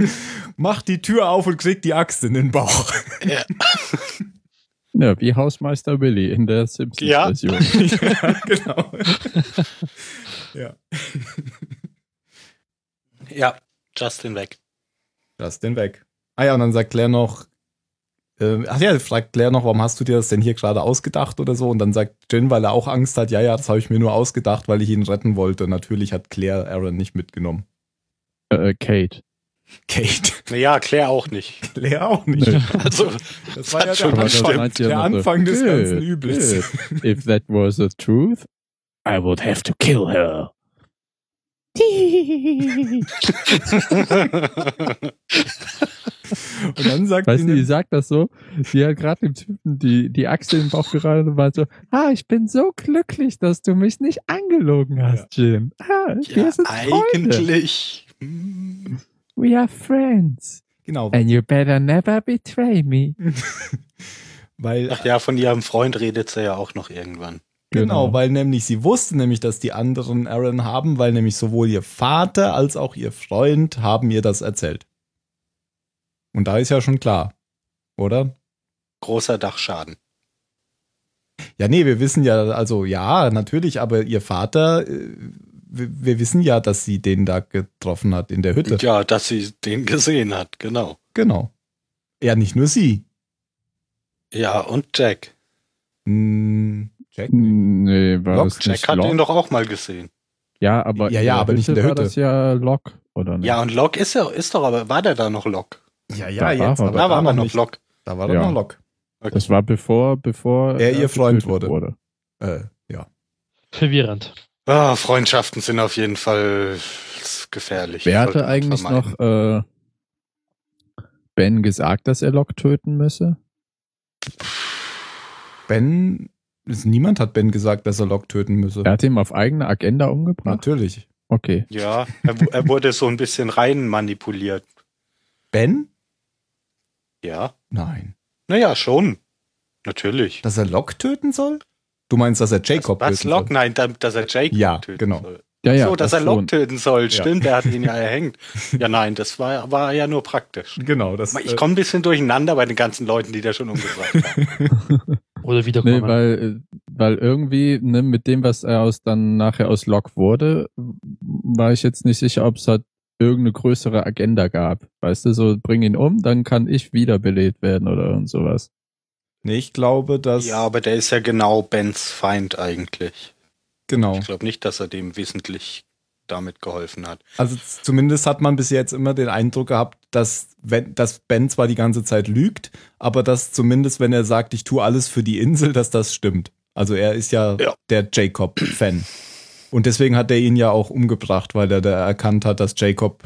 macht die Tür auf und kriegt die Axt in den Bauch. ja, wie Hausmeister Willy in der Simpsons-Version. ja, genau. ja. Ja, Justin weg. Lass den weg. Ah ja, und dann sagt Claire noch, äh, ach ja, fragt Claire noch, warum hast du dir das denn hier gerade ausgedacht oder so? Und dann sagt Jin, weil er auch Angst hat, ja, ja, das habe ich mir nur ausgedacht, weil ich ihn retten wollte. Natürlich hat Claire Aaron nicht mitgenommen. Äh, Kate. Kate. Ja, Claire auch nicht. Claire auch nicht. Nö. Also, Das war ja der Aber Anfang. das meint ihr der noch so, Anfang des good, ganzen Übels. good. If that was the truth, I would have to kill her. Und dann sagt Weißt du, die ihnen- sagt das so. Sie hat gerade dem Typen die, die Axt in den Bauch gerannt und meint so, ah, ich bin so glücklich, dass du mich nicht angelogen hast, Jim. Ah, ja, wir sind Freunde. eigentlich. Hm. We are friends. genau, And you better never betray me. weil Ach ja, von ihrem Freund redet sie ja auch noch irgendwann. genau, weil nämlich sie wusste nämlich, dass die anderen Aaron haben, weil nämlich sowohl ihr Vater als auch ihr Freund haben ihr das erzählt. Und da ist ja schon klar, oder? Großer Dachschaden. Ja, nee, wir wissen ja, also ja, natürlich, aber ihr Vater, äh, wir, wir wissen ja, dass sie den da getroffen hat in der Hütte. Ja, dass sie den gesehen hat, genau. Genau. Ja, nicht nur sie. Ja, und Jack. Hm, Jack? Nee, war Lock? das Jack nicht hat Lock? ihn doch auch mal gesehen. Ja, aber, Ja, ja, aber nicht in der war Hütte. das ja Lock, oder nicht? Ja, und Locke ist, er, ist doch aber, war der da noch Locke? Ja, Da war er Da war aber noch nicht. Locke. Da war er Ja. noch Lock. Das war bevor, bevor Er ihr Freund getötet wurde. Äh, ja. Verwirrend. Ah, Freundschaften sind auf jeden Fall gefährlich. Wer hatte Sollte man eigentlich vermeiden. noch äh, Ben gesagt, dass er Lock töten müsse? Ben, ist, niemand hat Ben gesagt, dass er Locke töten müsse. Er hat ihn auf eigene Agenda Ne? umgebracht? Natürlich. Okay. Ja, er, wu- er wurde so ein bisschen rein manipuliert. Ben? Ja. Nein. Naja, schon. Natürlich. Dass er Locke töten soll? Du meinst, dass er Jacob Was, töten Locke? soll? Nein, da- dass er Jake Ja, töten genau. soll. Ja, so, dass er das Locke schon. töten soll. Ja. Stimmt, er hat ihn ja erhängt. Ja, nein, das war, war ja nur praktisch. Genau, das Ich komme ein bisschen durcheinander bei den ganzen Leuten, die da schon umgebracht haben. Oder Nee, wiederkommen. weil, äh, weil irgendwie, ne, mit dem, was er aus dann nachher aus Locke wurde, war ich jetzt nicht sicher, ob es halt irgendeine größere Agenda gab. Weißt du, so bring ihn um, dann kann ich wieder beleht werden oder und sowas. nee, ich glaube, dass. ja, aber der ist ja genau Bens Feind eigentlich. genau. Ich glaube nicht, dass er dem wesentlich damit geholfen hat. Also z- zumindest hat man bis jetzt immer den Eindruck gehabt, dass, wenn, dass Ben zwar die ganze Zeit lügt, aber dass zumindest, wenn er sagt, ich tue alles für die Insel, dass das stimmt. Also er ist ja, Ja. der Jacob-Fan. Und deswegen hat er ihn ja auch umgebracht, weil er da erkannt hat, dass Jacob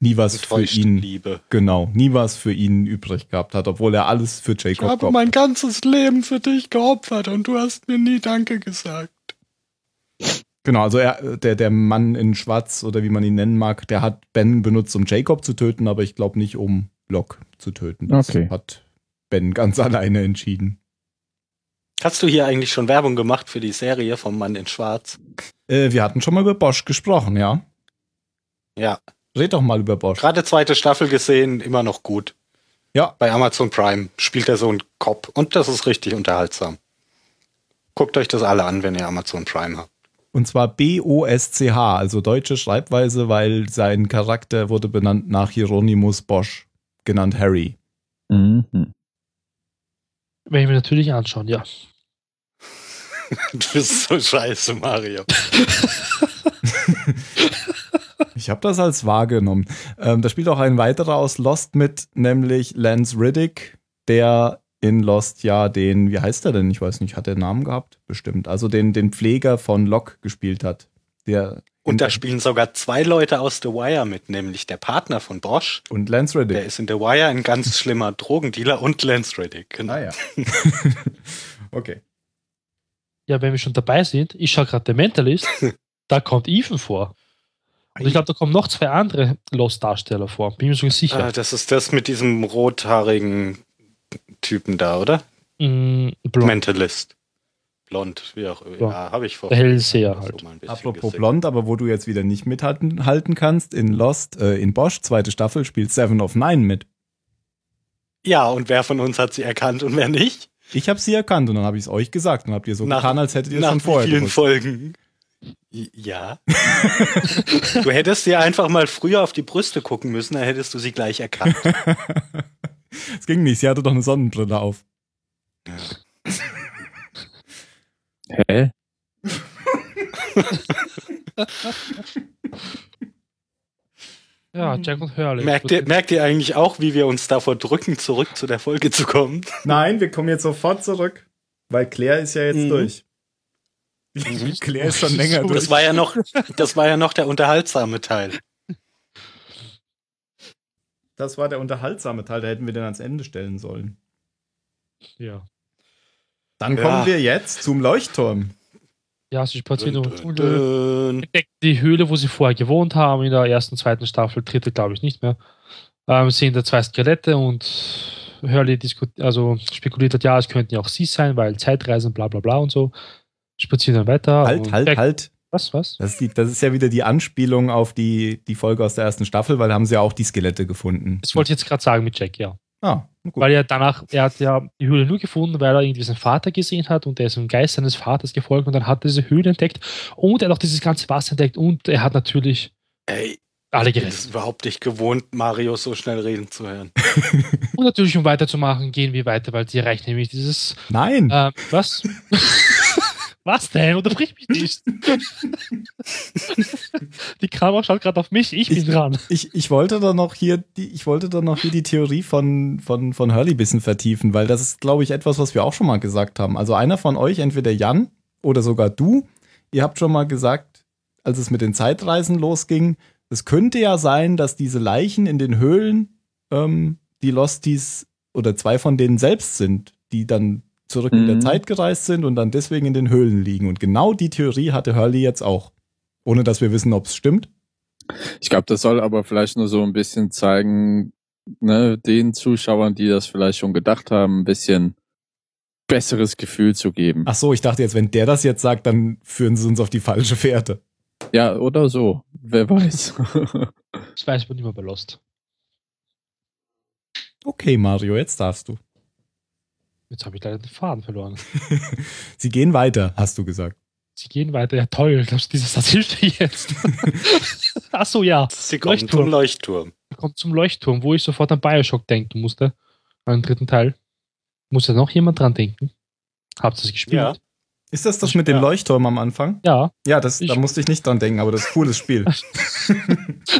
nie was für Enttäuschte ihn, Liebe. genau, nie was für ihn übrig gehabt hat, obwohl er alles für Ich Jacob habe geopfert mein ganzes Leben für dich geopfert und du hast mir nie Danke gesagt. Genau, also er, der, der Mann in Schwarz oder wie man ihn nennen mag, der hat Ben benutzt, um Jacob zu töten, aber ich glaube nicht, um Locke zu töten. Das Okay. hat Ben ganz alleine entschieden. Hast du hier eigentlich schon Werbung gemacht für die Serie vom Mann in Schwarz? Äh, wir hatten schon mal über Bosch gesprochen, ja? Ja, Red doch mal über Bosch. gerade zweite Staffel gesehen, immer noch gut. Ja. Bei Amazon Prime spielt er so einen Cop und das ist richtig unterhaltsam. Guckt euch das alle an, wenn ihr Amazon Prime habt. Und zwar B-O-S-C-H, also deutsche Schreibweise, weil sein Charakter wurde benannt nach Hieronymus Bosch, genannt Harry. Mhm. Werde ich mir natürlich anschauen, ja. Du bist so scheiße, Mario. Ich habe das als wahrgenommen. Ähm, da spielt auch ein weiterer aus Lost mit, nämlich Lance Riddick, der in Lost ja den, wie heißt er denn? Ich weiß nicht, hat er einen Namen gehabt? Bestimmt. Also den, den Pfleger von Locke gespielt hat. Der Und da spielen sogar zwei Leute aus The Wire mit, nämlich der Partner von Bosch. und Lance Der Riddick. ist in The Wire ein ganz schlimmer Drogendealer und Lance Reddick. Genau. Ah ja. okay. Ja, wenn wir schon dabei sind, ich schaue gerade The Mentalist, da kommt Ethan vor. Und ich glaube, da kommen noch zwei andere Lost-Darsteller vor. Bin mir sogar sicher. Ah, das ist das mit diesem rothaarigen Typen da, oder? Mm, blond, Mentalist. Blond, wie auch immer. Ja. Ja, habe ich vor. der Hellseher so halt. mal ein bisschen Apropos gesehen. blond, aber wo du jetzt wieder nicht mithalten halten kannst, in Lost, äh, in Bosch, zweite Staffel, spielt Seven of Nine mit. Ja, und wer von uns hat sie erkannt und wer nicht? Ich habe sie erkannt und dann habe ich es euch gesagt und habt ihr so Nach- getan, als hättet ihr es Nach schon wie vorher vielen gewusst. Folgen. I- Ja. du hättest dir einfach mal früher auf die Brüste gucken müssen, dann hättest du sie gleich erkannt. Es ging nicht, sie hatte doch eine Sonnenbrille auf. Hä? Ja, Jack und Hurley. merkt, ihr, merkt ihr eigentlich auch, wie wir uns davor drücken, zurück zu der Folge zu kommen? Nein, wir kommen jetzt sofort zurück, weil Claire ist ja jetzt Mhm. durch. Claire ist schon länger Mhm. Das durch. Das war ja noch, das war ja noch der unterhaltsame Teil. Das war der unterhaltsame Teil, da hätten wir den ans Ende stellen sollen. Ja. Dann Ja. kommen wir jetzt zum Leuchtturm. ja, sie spazieren durch die Höhle. Dun, entdecken die Höhle, wo sie vorher gewohnt haben, in der ersten, zweiten Staffel, dritte glaube ich nicht mehr. Ähm, sehen da zwei Skelette und Hurley diskut- also spekuliert hat, ja, es könnten ja auch sie sein, weil Zeitreisen, bla bla bla und so. Spazieren dann weiter. Halt, und halt, Jack- halt. Was, was? Das ist, die, das ist ja wieder die Anspielung auf die, die Folge aus der ersten Staffel, weil da haben sie ja auch die Skelette gefunden. Das wollte ich jetzt gerade sagen mit Jack, ja. Ah, na gut. Weil er danach, er hat ja die Höhle nur gefunden, weil er irgendwie seinen Vater gesehen hat und er ist im Geist seines Vaters gefolgt und dann hat er diese Höhle entdeckt und er hat auch dieses ganze Wasser entdeckt und er hat natürlich Ey, alle ich bin gerettet. es überhaupt nicht gewohnt, Mario so schnell reden zu hören. Und natürlich, um weiterzumachen, gehen wir weiter, weil sie erreichen nämlich dieses Nein, Ähm, was? was denn? Unterbrich mich nicht. Die Kamera schaut gerade auf mich, ich bin Ich- dran. ich, ich wollte da noch hier die, ich wollte da noch hier die Theorie von, von, von Hurley ein bisschen vertiefen, weil das ist, glaube ich, etwas, was wir auch schon mal gesagt haben. Also einer von euch, entweder Jan oder sogar du, ihr habt schon mal gesagt, als es mit den Zeitreisen losging, es könnte ja sein, dass diese Leichen in den Höhlen ähm, die Losties oder zwei von denen selbst sind, die dann zurück in der Mhm. Zeit gereist sind und dann deswegen in den Höhlen liegen. Und genau die Theorie hatte Hurley jetzt auch. Ohne dass wir wissen, ob es stimmt. Ich glaube, das soll aber vielleicht nur so ein bisschen zeigen, ne, den Zuschauern, die das vielleicht schon gedacht haben, ein bisschen besseres Gefühl zu geben. Ach so, ich dachte jetzt, wenn der das jetzt sagt, dann führen sie uns auf die falsche Fährte. Ja, oder so. Wer weiß. Das weiß man nicht mehr bei Lost. Okay, Mario, jetzt darfst du. Jetzt habe ich leider den Faden verloren. Sie gehen weiter, hast du gesagt. Sie gehen weiter. Ja, toll. Glaubst du, dieser Satz hilft mir jetzt? Ach so, ja. Sie kommen Leuchtturm. zum Leuchtturm. Er kommt zum Leuchtturm, wo ich sofort an Bioshock denken musste. An den dritten Teil. Muss da noch jemand dran denken? Habt ihr das gespielt? Ja. Ist das das mit dem Ja. Leuchtturm am Anfang? Ja, Ja, das, da Ich- musste ich nicht dran denken, aber das ist ein cooles Spiel.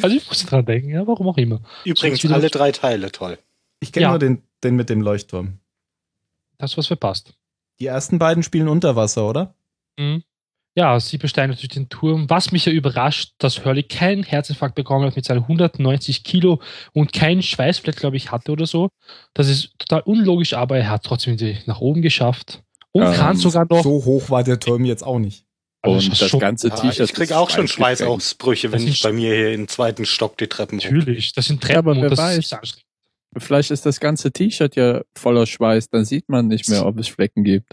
also ich musste dran denken, ja, warum auch immer. Übrigens wieder- alle drei Teile, toll. Ich kenne Ja. nur den, den mit dem Leuchtturm. Das, was verpasst. Die ersten beiden spielen unter Wasser, oder? Mhm. Ja, sie besteigen natürlich den Turm. Was mich ja überrascht, dass Hurley keinen Herzinfarkt bekommen hat mit seinen 190 Kilo und keinen Schweißfleck, glaube ich, hatte oder so. Das ist total unlogisch, aber er hat trotzdem die nach oben geschafft. Und Ähm, kann sogar noch. So hoch war der Turm jetzt auch nicht. Also Und das schon- ganze Ja, T-Shirt. ich krieg auch schon Schweißausbrüche, wenn Das ich ist- bei mir hier im zweiten Stock die Treppen hoch. Natürlich, das sind Treppen Ja, aber wer und das weiß. ist anstrengend. Vielleicht ist das ganze T-Shirt ja voller Schweiß, dann sieht man nicht mehr, ob es Flecken gibt.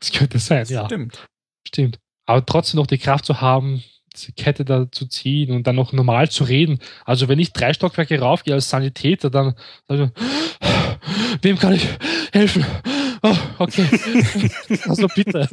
Das könnte sein, ja. Stimmt. Stimmt. Aber trotzdem noch die Kraft zu haben, diese Kette da zu ziehen und dann noch normal zu reden. Also wenn ich drei Stockwerke raufgehe als Sanitäter, dann also, wem kann ich helfen? Oh, okay. also bitte.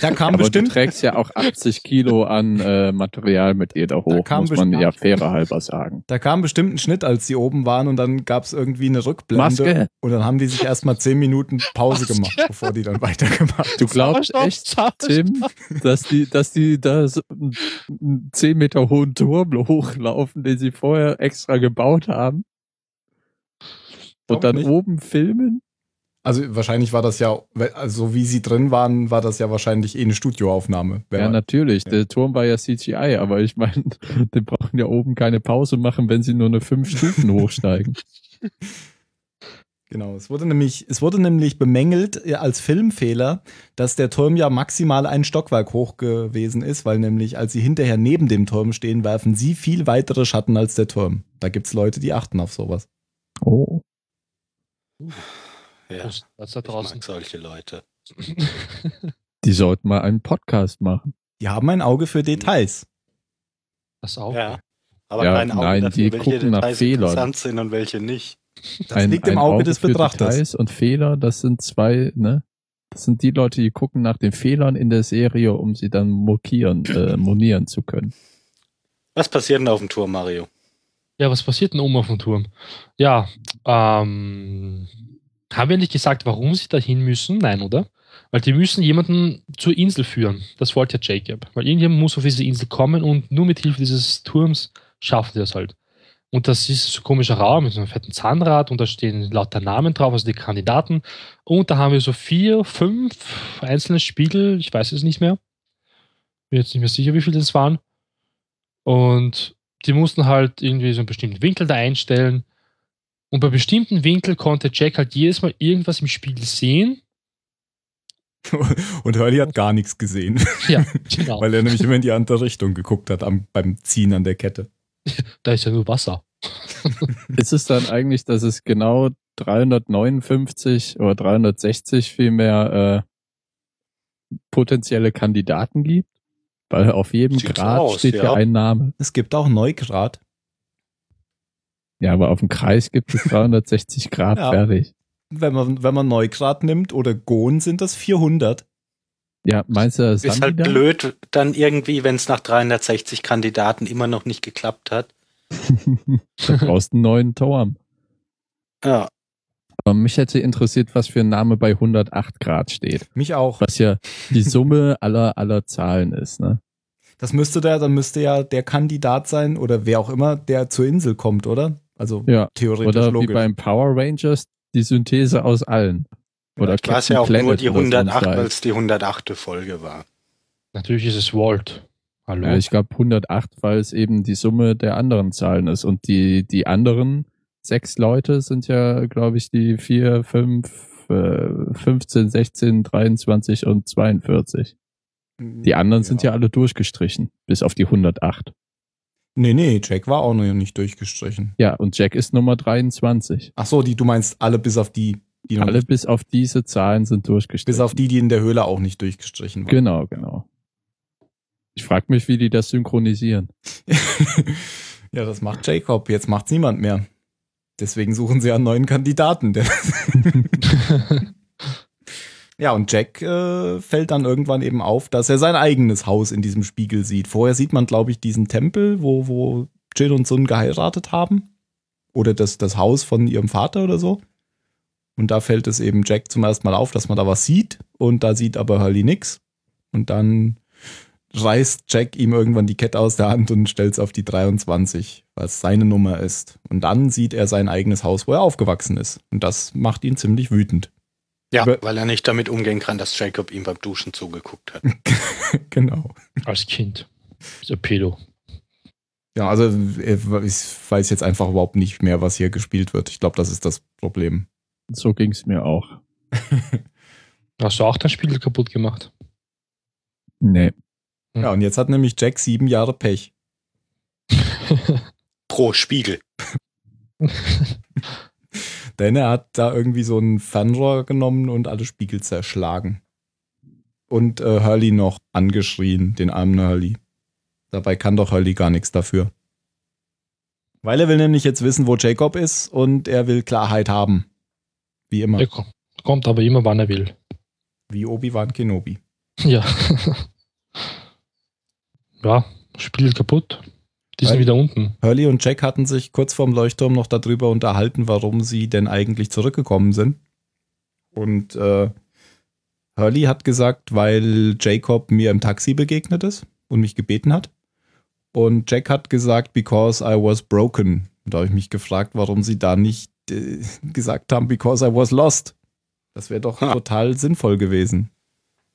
Da kam Aber bestimmt du trägst ja auch 80 Kilo an äh, Material mit dir da hoch, kam muss man bestimmt- ja fairer halber sagen. Da kam bestimmt ein Schnitt, als sie oben waren und dann gab es irgendwie eine Rückblende. Maske. Und dann haben die sich erstmal zehn Minuten Pause Maske. gemacht, bevor die dann weitergemacht. Du glaubst Sauerstoff, echt, Sauerstoff. Tim, dass die, dass die da so einen- einen 10 Meter hohen Turm hochlaufen, den sie vorher extra gebaut haben Glaub und dann nicht. oben filmen? Also wahrscheinlich war das ja, also so wie sie drin waren, war das ja wahrscheinlich eh eine Studioaufnahme. Wer Ja, weiß. natürlich. Ja. Der Turm war ja CGI, aber ich meine, die brauchen ja oben keine Pause machen, wenn sie nur eine fünf Stufen hochsteigen. Genau, es wurde nämlich, es wurde nämlich bemängelt äh, als Filmfehler, dass der Turm ja maximal ein Stockwerk hoch gewesen ist, weil nämlich, als sie hinterher neben dem Turm stehen, werfen sie viel weitere Schatten als der Turm. Da gibt es Leute, die achten auf sowas. Oh. Ja, Prost, was da ich mag draußen. solche Leute. Die sollten mal einen Podcast machen. Die haben ein Auge für Details. Das auch. Ja. Aber Ja, kein Auge nein, dafür, die welche gucken nach Details Fehlern. interessant sind und welche nicht. Das liegt im Auge des für Betrachters. Details und Fehler, das sind zwei, ne? Das sind die Leute, die gucken nach den Fehlern in der Serie, um sie dann mokieren, äh, monieren zu können. Was passiert denn auf dem Turm, Mario? Ja, was passiert denn oben auf dem Turm? Ja, ähm, haben wir nicht gesagt, warum sie dahin müssen? Nein, oder? Weil die müssen jemanden zur Insel führen. Das wollte ja Jacob. Weil irgendjemand muss auf diese Insel kommen und nur mit Hilfe dieses Turms schaffen die das halt. Und das ist so ein komischer Raum mit so einem fetten Zahnrad und da stehen lauter Namen drauf, also die Kandidaten. Und da haben wir so vier, fünf einzelne Spiegel, ich weiß es nicht mehr. Bin jetzt nicht mehr sicher, wie viele das waren. Und die mussten halt irgendwie so einen bestimmten Winkel da einstellen. Und bei bestimmten Winkel konnte Jack halt jedes Mal irgendwas im Spiegel sehen. Und Hurley hat gar nichts gesehen, Ja, genau. weil er nämlich immer in die andere Richtung geguckt hat am, beim Ziehen an der Kette. da ist ja nur Wasser. Ist es dann eigentlich, dass es genau 359 oder 360 vielmehr äh, potenzielle Kandidaten gibt? Weil auf jedem Sieht so Grad aus, steht ja ja. ein Name. Es gibt auch Neugrad. Ja, aber auf dem Kreis gibt es 360 Grad Ja. fertig. Wenn man, wenn man Neugrad nimmt oder Gon, sind das 400. Ja, meinst du, das Ist haben halt die dann? blöd, dann irgendwie, wenn es nach 360 Kandidaten immer noch nicht geklappt hat. da brauchst du einen neuen Turm. Ja, Aber mich hätte interessiert, was für ein Name bei 108 Grad steht. Mich auch. Was ja die Summe aller, aller Zahlen ist, ne? Das müsste der, dann müsste ja der Kandidat sein oder wer auch immer, der zur Insel kommt, oder? Also Ja. theoretisch Oder wie logisch. beim Power Rangers, die Synthese aus allen. Oder war es ja auch nur die 108, weil es die 108. Folge war. Natürlich ist es Walt. Hallo. Ja, ich glaube 108, weil es eben die Summe der anderen Zahlen ist. Und die, die anderen sechs Leute sind ja, glaube ich, die 4, 5, äh, 15, 16, 23 und 42. Die anderen sind ja alle durchgestrichen, bis auf die 108. Nee, nee, Jack war auch noch nicht durchgestrichen. Ja, und Jack ist Nummer 23. Ach so, die, du meinst alle bis auf die Die noch Alle nicht, bis auf diese Zahlen sind durchgestrichen. bis auf die, die in der Höhle auch nicht durchgestrichen waren. Genau, genau. Ich frage mich, wie die das synchronisieren. ja, das macht Jacob. Jetzt macht's niemand mehr. Deswegen suchen sie einen neuen Kandidaten. Der ja, und Jack äh, fällt dann irgendwann eben auf, dass er sein eigenes Haus in diesem Spiegel sieht. Vorher sieht man, glaube ich, diesen Tempel, wo, wo Jill und Sun geheiratet haben. Oder das, das Haus von ihrem Vater oder so. Und da fällt es eben Jack zum ersten Mal auf, dass man da was sieht. Und da sieht aber Hurley nix. Und dann reißt Jack ihm irgendwann die Kette aus der Hand und stellt es auf die 23, was seine Nummer ist. Und dann sieht er sein eigenes Haus, wo er aufgewachsen ist. Und das macht ihn ziemlich wütend. Ja, Über- weil er nicht damit umgehen kann, dass Jacob ihm beim Duschen zugeguckt hat. genau. Als Kind. Ist ein Pedo. Ja, also äh, ich weiß jetzt einfach überhaupt nicht mehr, was hier gespielt wird. Ich glaube, das ist das Problem. So ging es mir auch. Hast du auch dein Spiegel kaputt gemacht? Nee. Hm. Ja, und jetzt hat nämlich Jack sieben Jahre Pech. Pro Spiegel. Denn er hat da irgendwie so ein Fernrohr genommen und alle Spiegel zerschlagen. Und äh, Hurley noch angeschrien, den armen Hurley. Dabei kann doch Hurley gar nichts dafür. Weil er will nämlich jetzt wissen, wo Jacob ist und er will Klarheit haben. Wie immer. Er ko- kommt aber immer, wann er will. Wie Obi-Wan Kenobi. Ja. ja, Spiegel kaputt. Die sind Weil- wieder unten. Hurley und Jack hatten sich kurz vorm Leuchtturm noch darüber unterhalten, warum sie denn eigentlich zurückgekommen sind. Und äh, Hurley hat gesagt, weil Jacob mir im Taxi begegnet ist und mich gebeten hat. Und Jack hat gesagt, because I was broken. Und da habe ich mich gefragt, warum sie da nicht äh, gesagt haben, because I was lost. Das wäre doch Ha. total sinnvoll gewesen.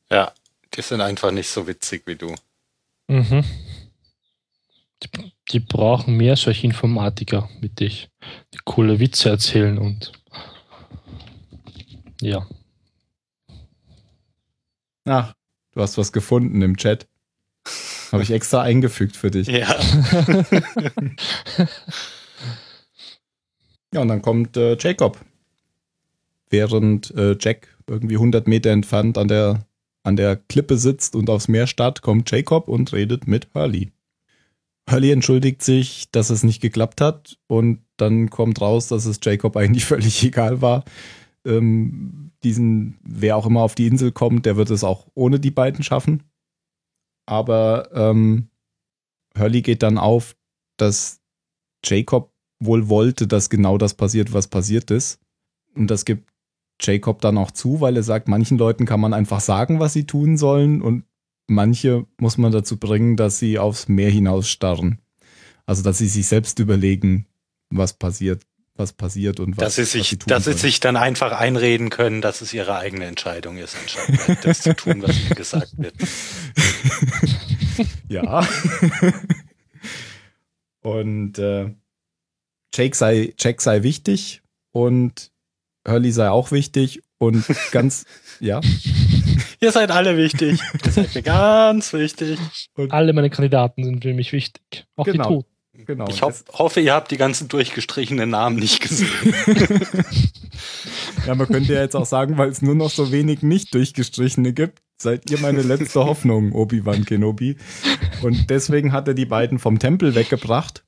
Ja, die sind einfach nicht so witzig wie du. Mhm. Die, die brauchen mehr solche Informatiker mit dich, die coole Witze erzählen und ja. Ach, du hast was gefunden im Chat. Habe ich extra eingefügt für dich. Ja. Ja, und dann kommt äh, Jacob. Während äh, Jack irgendwie 100 Meter entfernt an der, an der Klippe sitzt und aufs Meer starrt, kommt Jacob und redet mit Hurley. Hurley entschuldigt sich, dass es nicht geklappt hat und dann kommt raus, dass es Jacob eigentlich völlig egal war. Ähm, diesen, wer auch immer auf die Insel kommt, der wird es auch ohne die beiden schaffen. Aber ähm, Hurley geht dann auf, dass Jacob wohl wollte, dass genau das passiert, was passiert ist. Und das gibt Jacob dann auch zu, weil er sagt, manchen Leuten kann man einfach sagen, was sie tun sollen und manche muss man dazu bringen, dass sie aufs Meer hinausstarren. Also, dass sie sich selbst überlegen, was passiert, was passiert und was Dass sie was sich, tun dass sie sollen. sich dann einfach einreden können, dass es ihre eigene Entscheidung ist, anstatt halt das zu tun, was ihnen gesagt wird. ja. und äh, Jake sei, Jack sei wichtig und Hurley sei auch wichtig und ganz, ja. Ihr seid alle wichtig. Ihr seid mir ganz wichtig. Alle meine Kandidaten sind für mich wichtig. Auch Genau. die Toten. Genau. Ich hoff, hoffe, ihr habt die ganzen durchgestrichenen Namen nicht gesehen. ja, man könnte ja jetzt auch sagen, weil es nur noch so wenig nicht durchgestrichene gibt, seid ihr meine letzte Hoffnung, Obi-Wan Kenobi. Und deswegen hat er die beiden vom Tempel weggebracht,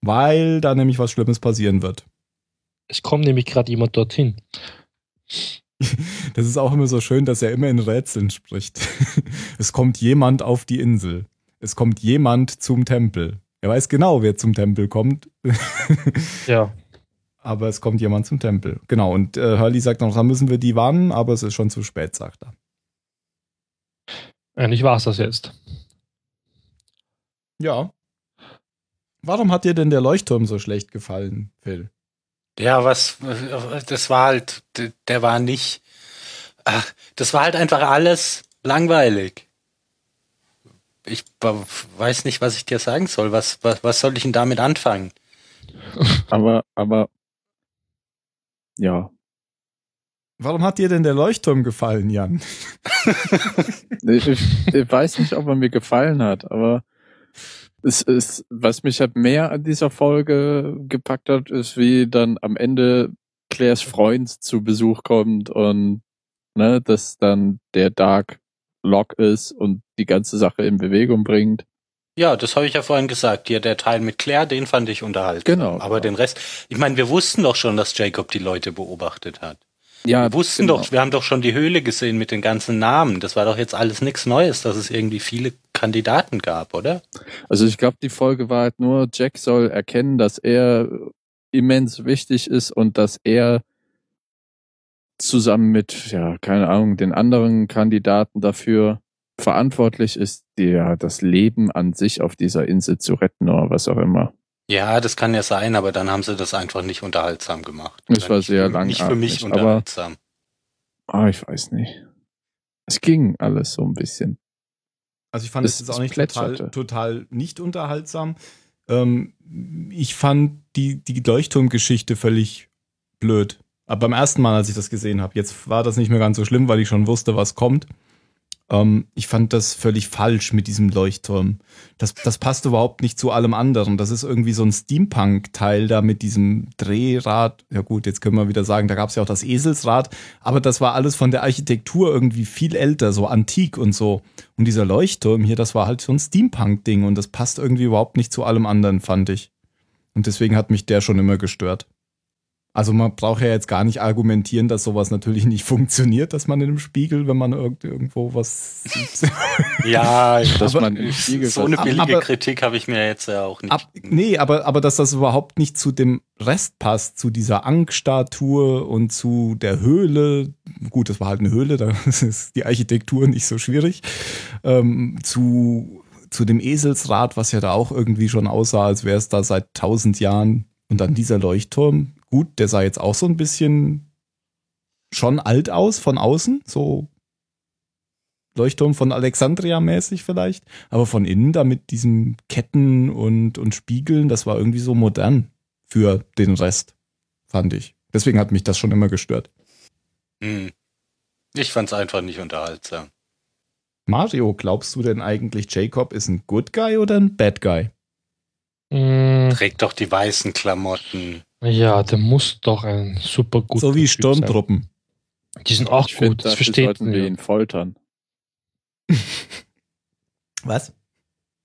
weil da nämlich was Schlimmes passieren wird. Es kommt nämlich gerade jemand dorthin. Das ist auch immer so schön, dass er immer in Rätseln spricht. Es kommt jemand auf die Insel. Es kommt jemand zum Tempel. Er weiß genau, wer zum Tempel kommt, Ja. aber es kommt jemand zum Tempel. Genau, und äh, Hurley sagt noch, da müssen wir die warnen, aber es ist schon zu spät, sagt er. Eigentlich war es das jetzt. Ja. Warum hat dir denn der Leuchtturm so schlecht gefallen, Phil? Ja, was, äh, das war halt, d- der war nicht, ach, das war halt einfach alles langweilig. Ich be- weiß nicht, was ich dir sagen soll. Was, was, was soll ich denn damit anfangen? Aber, aber, ja. Warum hat dir denn der Leuchtturm gefallen, Jan? Ich, ich, ich weiß nicht, ob er mir gefallen hat, aber es ist, was mich halt mehr an dieser Folge gepackt hat, ist, wie dann am Ende Claires Freund zu Besuch kommt und ne, dass dann der Dark Lock ist und die ganze Sache in Bewegung bringt. Ja, das habe ich ja vorhin gesagt. Hier der Teil mit Claire, den fand ich unterhaltsam. Genau, genau. Aber den Rest, ich meine, wir wussten doch schon, dass Jacob die Leute beobachtet hat. Ja, Wir wussten genau. doch, wir haben doch schon die Höhle gesehen mit den ganzen Namen. Das war doch jetzt alles nichts Neues, dass es irgendwie viele Kandidaten gab, oder? Also ich glaube, die Folge war halt nur, Jack soll erkennen, dass er immens wichtig ist und dass er zusammen mit, ja, keine Ahnung, den anderen Kandidaten dafür verantwortlich ist, der das Leben an sich auf dieser Insel zu retten oder was auch immer. Ja, das kann ja sein, aber dann haben sie das einfach nicht unterhaltsam gemacht. Das Oder war nicht sehr für- Nicht für mich langatmig, aber- unterhaltsam. Ah, ich weiß nicht. Es ging alles so ein bisschen. Also ich fand Das- es jetzt das auch nicht total, plätscherte. total nicht unterhaltsam. Ähm, ich fand die, die Leuchtturmgeschichte völlig blöd. Aber beim ersten Mal, als ich das gesehen habe, jetzt war das nicht mehr ganz so schlimm, weil ich schon wusste, was kommt. Ähm, ich fand das völlig falsch mit diesem Leuchtturm. Das, das passt überhaupt nicht zu allem anderen. Das ist irgendwie so ein Steampunk-Teil da mit diesem Drehrad. Ja gut, jetzt können wir wieder sagen, da gab es ja auch das Eselsrad. Aber das war alles von der Architektur irgendwie viel älter, so antik und so. Und dieser Leuchtturm hier, das war halt so ein Steampunk-Ding und das passt irgendwie überhaupt nicht zu allem anderen, fand ich. Und deswegen hat mich der schon immer gestört. Also man braucht ja jetzt gar nicht argumentieren, dass sowas natürlich nicht funktioniert, dass man in einem Spiegel, wenn man irgend, irgendwo was sieht. Ja, Dass Aber man im Spiegel so eine ab- billige aber- Kritik habe ich mir jetzt ja auch nicht. Ab, nee, aber, aber dass das überhaupt nicht zu dem Rest passt, zu dieser Ankh-Statue und zu der Höhle. Gut, das war halt eine Höhle, da ist die Architektur nicht so schwierig. Ähm, zu, zu dem Eselsrad, was ja da auch irgendwie schon aussah, als wäre es da seit tausend Jahren. Und dann dieser Leuchtturm. Gut, der sah jetzt auch so ein bisschen schon alt aus von außen, so Leuchtturm von Alexandria mäßig vielleicht, aber von innen da mit diesen Ketten und, und Spiegeln, das war irgendwie so modern für den Rest, fand ich. Deswegen hat mich das schon immer gestört. Hm. Ich fand es einfach nicht unterhaltsam. Mario, glaubst du denn eigentlich, Jacob ist ein Good Guy oder ein Bad Guy? Mm, Trägt doch die weißen Klamotten. ja, der muss doch ein super guter so wie Typ sein. Sturmtruppen. Die sind auch Ich gut, finde, das dafür versteht sollten wir man. ihn foltern, Was?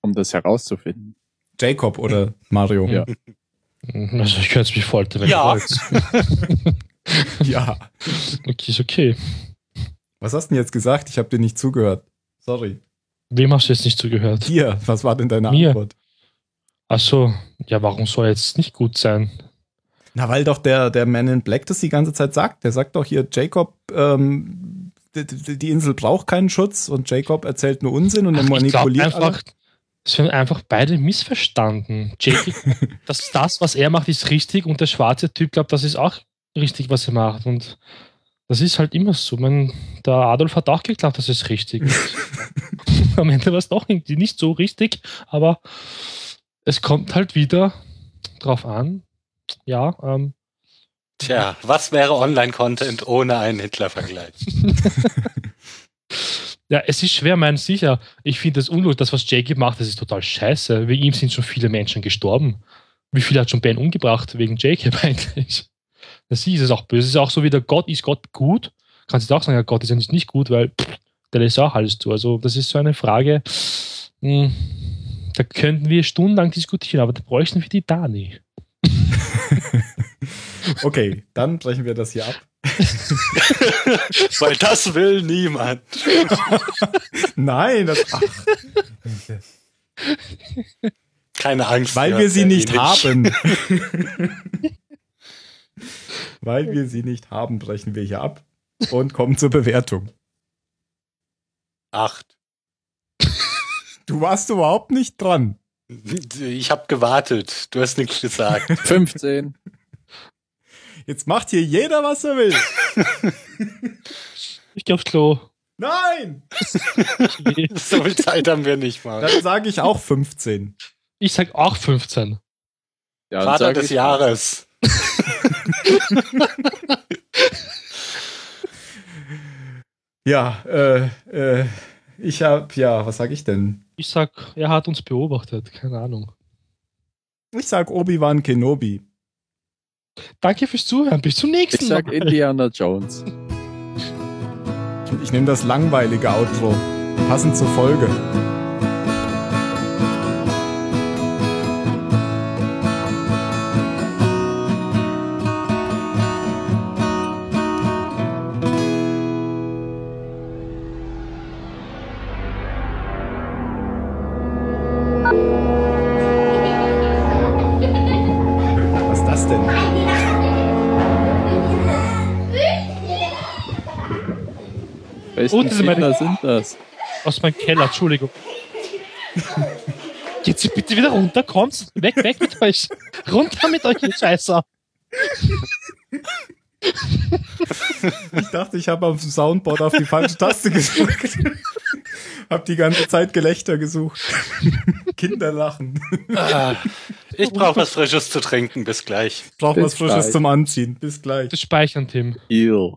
um das herauszufinden. Jacob oder Mario? Ja. ja. Also ich könnte es mich foltern, wenn Ja. ihr wollt. ja. okay, ist okay. Was hast du denn jetzt gesagt? Ich habe dir nicht zugehört. Sorry. Wem hast du jetzt nicht zugehört? Dir, was war denn deine Mir. Antwort? Ach so, ja, warum soll er jetzt nicht gut sein? Na, weil doch der, der Man in Black das die ganze Zeit sagt. Der sagt doch hier, Jacob, ähm, die, die die Insel braucht keinen Schutz und Jacob erzählt nur Unsinn und er Ach, ich glaub manipuliert alle. einfach, es werden einfach beide missverstanden. Jake, das, das, was er macht, ist richtig und der schwarze Typ glaubt, das ist auch richtig, was er macht. Und das ist halt immer so. Man, der Adolf hat auch geglaubt, das ist richtig. Und Am Ende war es doch irgendwie nicht so richtig, aber es kommt halt wieder drauf an. Ja, ähm, Tja, was wäre Online-Content ohne einen Hitler-Vergleich? Ja, es ist schwer, mein sicher. Ich finde das unlogisch. Das, was Jake macht, das ist total scheiße. Wegen ihm sind schon viele Menschen gestorben. Wie viele hat schon Ben umgebracht wegen Jacob eigentlich? Das sie ist es auch böse. Es ist auch so wie der Gott, ist Gott gut? Kannst du auch sagen, ja, Gott ist ja nicht, nicht gut, weil pff, der lässt auch alles zu. Also, das ist so eine Frage. mh, Da könnten wir stundenlang diskutieren, aber da bräuchten wir die Dani. Okay, dann brechen wir das hier ab. Weil das will niemand. Nein, das, ach, Keine Angst. weil ihr wir hört sie ja eh nicht haben. weil wir sie nicht haben, brechen wir hier ab und kommen zur Bewertung. Acht. Du warst überhaupt nicht dran. Ich habe gewartet. Du hast nichts gesagt. 15. Jetzt macht hier jeder, was er will. Ich geh aufs Klo. Nein! so viel Zeit haben wir nicht mal. Dann sage ich auch 15. Ich sag auch 15. Ja, dann Vater sag des ich- Jahres. Ja, äh, äh, ich hab, ja, was sag ich denn? Ich sag, er hat uns beobachtet. Keine Ahnung. Ich sag Obi-Wan Kenobi. Danke fürs Zuhören. Bis zum nächsten Ich sag Mal. Indiana Jones. Ich, ich nehme das langweilige Outro. Passend zur Folge. Was ist das denn? Welche Und diese Kinder Medi- sind das? Aus meinem Keller, Entschuldigung. Geht sie bitte wieder runter, kommt. Weg, weg mit euch. Runter mit euch, ihr Scheißer. Ich dachte, ich habe auf dem Soundboard auf die falsche Taste gedrückt. hab die ganze Zeit Gelächter gesucht. Kinderlachen. Ah, ich brauche was Frisches zu trinken. Bis gleich. Brauch Bis was Frisches gleich. zum Anziehen. Bis gleich. Das Speichern, Tim. Eel.